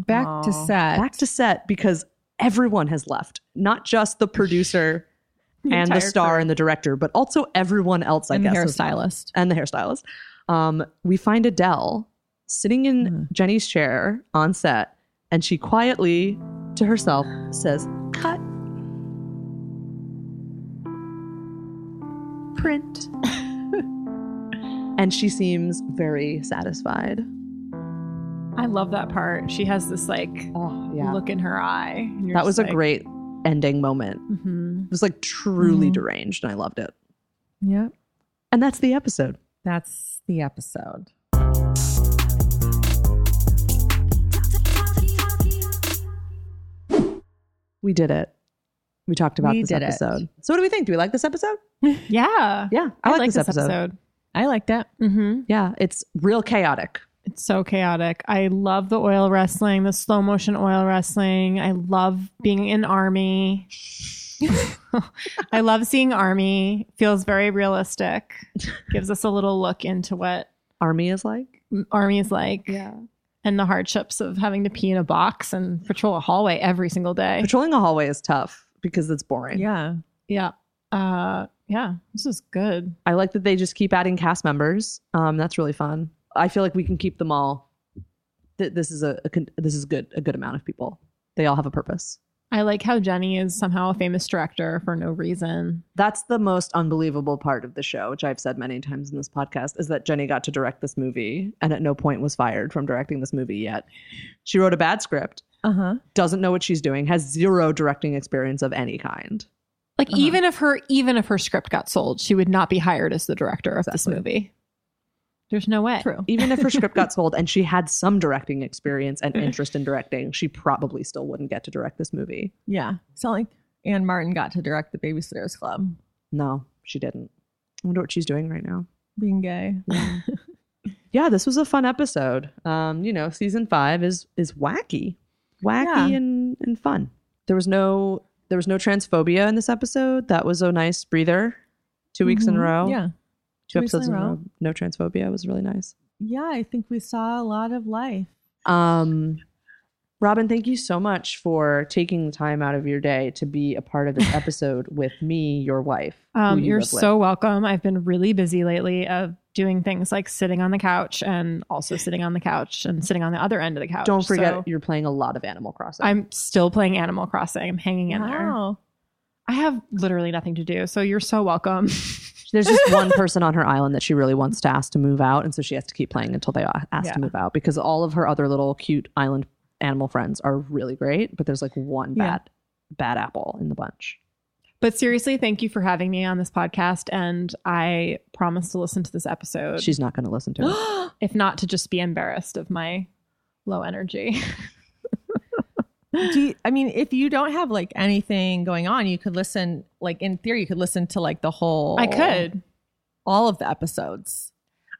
B: Back to
C: Aw.
B: set.
C: Back to set because everyone has left, not just the producer
B: The
C: and the
B: entire
C: star and the director, but also everyone else, I
B: And the
C: guess.
B: hairstylist.
C: And the hairstylist. Um, we find Adele sitting in Jenny's chair on set, and she quietly to herself says, Cut. Print. and she seems very satisfied.
D: I love that part. She has this like
B: Oh,
C: yeah.
D: look in her eye. and you're
C: that
D: just
C: was a
D: like,
C: great ending moment.
D: mhm.
C: It was like truly
B: Mhm.
C: deranged, and I loved it.
B: Yep.
C: And that's the episode.
B: That's the episode.
C: We did it. We talked about
B: We
C: this
B: did it.
C: episode. So, what do we think? Do we like this episode?
D: Yeah.
C: Yeah, I, like, this, episode.
B: I liked it.
D: Mm-hmm.
C: Yeah, it's real chaotic.
D: It's so chaotic. I love the oil wrestling, the slow motion oil wrestling. I love being in army. I love seeing army. Feels very realistic. Gives us a little look into what
C: Army is like.
D: army is like. Yeah. And the hardships of having to pee in a box and patrol a hallway every single day.
C: Patrolling a hallway is tough because it's boring.
B: Yeah.
D: Yeah. Uh, yeah. This is good.
C: I like that they just keep adding cast members. Um, that's really fun. I feel like we can keep them all. Th- this is a, a con- this is good a good amount of people. They all have a purpose.
D: I like how Jenny is somehow a famous director for no reason.
C: That's the most unbelievable part of the show, which I've said many times in this podcast, is that Jenny got to direct this movie and at no point was fired from directing this movie yet. She wrote a bad script,
B: Uh huh.
C: doesn't know what she's doing, has zero directing experience of any kind.
D: Like
C: Uh-huh.
D: even if her even if her script got sold, she would not be hired as the director of this movie. There's no way.
B: True.
C: Even if her script got sold and she had some directing experience and interest in directing, she probably still wouldn't get to direct this movie.
B: Yeah. So like Anne Martin got to direct the Babysitters Club.
C: No, she didn't. I wonder what she's doing right now.
B: Being gay.
C: Yeah, this was a fun episode. Um, you know, season five is is wacky, wacky
B: Yeah.
C: and and fun. There was no there was no transphobia in this episode. That was a nice breather. Two weeks in a
B: Mhm.
C: row.
B: Yeah.
C: two,
B: Two weeks in
C: episodes in a
B: a
C: row.
B: row.
C: No transphobia It was really nice.
B: Yeah, I think we saw a lot of life.
C: Um, Robin, thank you so much for taking the time out of your day to be a part of this episode with me, your wife. who
D: Um,
C: you
D: you're
C: live with.
D: so welcome. I've been really busy lately of doing things like sitting on the couch and also sitting on the couch and sitting on the other end of the couch.
C: Don't forget,
D: So
C: you're playing a lot of Animal Crossing.
D: I'm still playing Animal Crossing. I'm hanging in there.
B: Wow.
D: I have literally nothing to do. So you're so welcome.
C: There's just one person on her island that she really wants to ask to move out, and so she has to keep playing until they a- ask
D: Yeah.
C: to move out because all of her other little cute island animal friends are really great, but there's like one
D: Yeah.
C: bad bad apple in the bunch.
D: But seriously, thank you for having me on this podcast. And I promise to listen to this episode.
C: She's not going to listen to it.
D: if not to just be embarrassed of my low energy.
B: Do you, I mean, if you don't have like anything going on, you could listen, like in theory, you could listen to like the whole.
D: I could.
B: All of the episodes.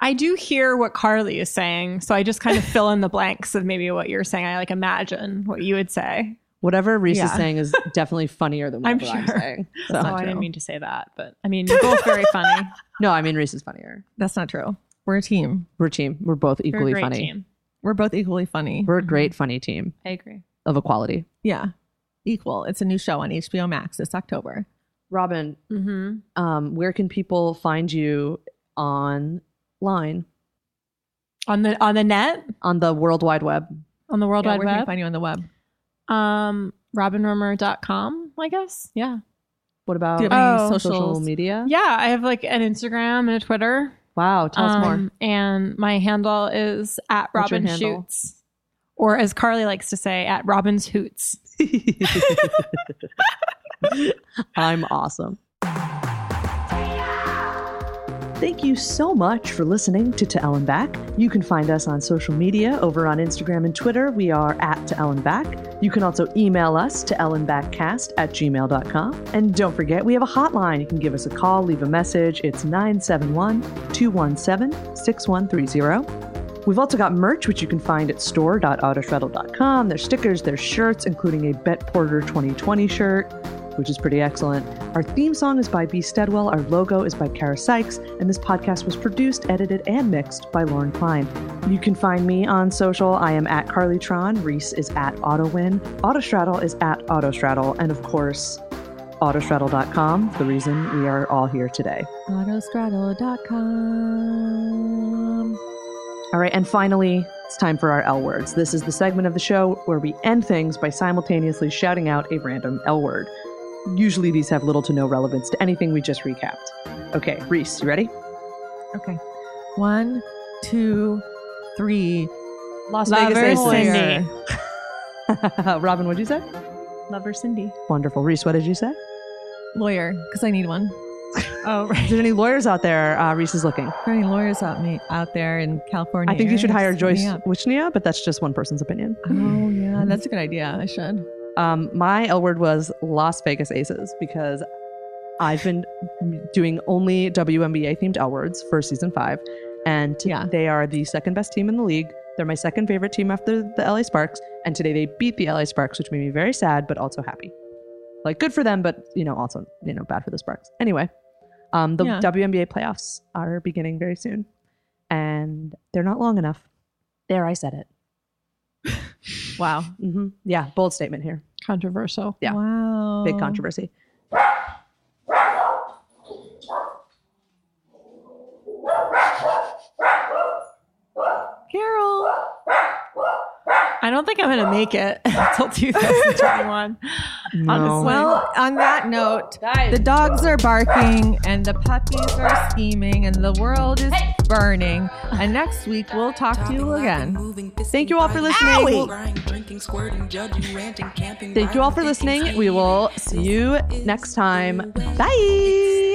D: I do hear what Carly is saying, so I just kind of fill in the blanks of maybe what you're saying. I like imagine what you would say.
C: Whatever Reese is
D: Yeah.
C: saying is definitely funnier than
D: I'm
C: whatever I'm,
D: sure.
C: saying. That's
D: So
C: not
D: Oh, I didn't
C: true.
D: mean to say that, but I mean you're both very funny.
C: No, I mean Reese is funnier.
B: That's not true. We're a team.
C: We're a team. We're both
D: You're a
C: equally
D: great
C: funny.
D: team. Mm-hmm.
B: We're both equally funny.
C: We're a great funny team
D: I agree.
C: of equality.
B: yeah. Equal. It's a new show on HBO Max this October.
C: Robin,
D: Mm-hmm.
C: um, where can people find you online
D: On the on the net
C: on the World Wide Web?
D: on the World
B: Yeah,
D: Wide
B: where can we
D: Web.
B: find you on the web?
D: Um, robinrummer.com, I guess. Yeah.
C: What about
B: Do you have any
D: Oh.
B: socials?
C: social media?
D: Yeah, I have like an Instagram and a Twitter.
C: Wow, tell us more.
D: Um, And my handle is at
C: What's your
D: Robin
C: handle?
D: Shoots,
C: Um,
D: or as Carly likes to say, at Robin's Hoots.
C: I'm awesome. Thank you so much for listening to To Ellen Back. You can find us on social media over on Instagram and Twitter. We are at To Ellen Back. You can also email us to ellenbackcast at gmail.com. And don't forget, we have a hotline. You can give us a call, leave a message. It's 971 217 6130. We've also got merch, which you can find at store.autoshreddle.com. There's stickers, there's shirts, including a Bet Porter 2020 shirt which is pretty excellent. Our theme song is by B. Steadwell, our logo is by Kara Sykes, and this podcast was produced, edited, and mixed by Lauren Klein. You can find me on social. I am at Carlytron, Reese is at AutoWin, Autostraddle is at Autostraddle, and of course, autostraddle.com, the reason we are all here today.
B: Autostraddle.com.
C: All right, and finally, it's time for our L words. This is the segment of the show where we end things by simultaneously shouting out a random L word. Usually these have little to no relevance to anything we just recapped. Okay, Reese, you ready?
B: Okay. One, two, three.
C: Las
B: Lover
C: Vegas Aces.
B: Cindy.
C: Robin, what'd you say?
D: Lover Cindy.
C: Wonderful. Reese, what did you say?
B: Lawyer, because I need one.
C: Oh, right. If there's any lawyers out there, uh, Reese is looking.
B: Are there any lawyers out me out there in California?
C: I think you should
B: area?
C: hire
B: Just hit me
C: Joyce
B: up.
C: Wichnia, but that's just one person's opinion.
B: Oh yeah, that's a good idea. I should.
C: Um, my L word was Las Vegas Aces because I've been doing only WNBA themed L words for season five, and t- they are the second best team in the league. They're my second favorite team after the LA Sparks, and today they beat the LA Sparks, which made me very sad but also happy. Like good for them, but you know also you know bad for the Sparks. Anyway, um, the
B: Yeah.
C: WNBA playoffs are beginning very soon, and they're not long enough. There, I said it.
B: Wow.
C: hmm Yeah, bold statement here.
D: Controversial.
C: Yeah.
B: Wow.
C: Big controversy.
B: Carol.
D: I don't think I'm going to make it until 2021. Honestly.
B: Well, on that note, the dogs are barking and the puppies are scheming and the world is burning. And next week we'll talk to you again.
C: Thank you all for listening. We'll- Thank you all for listening. We will see you next time. Bye.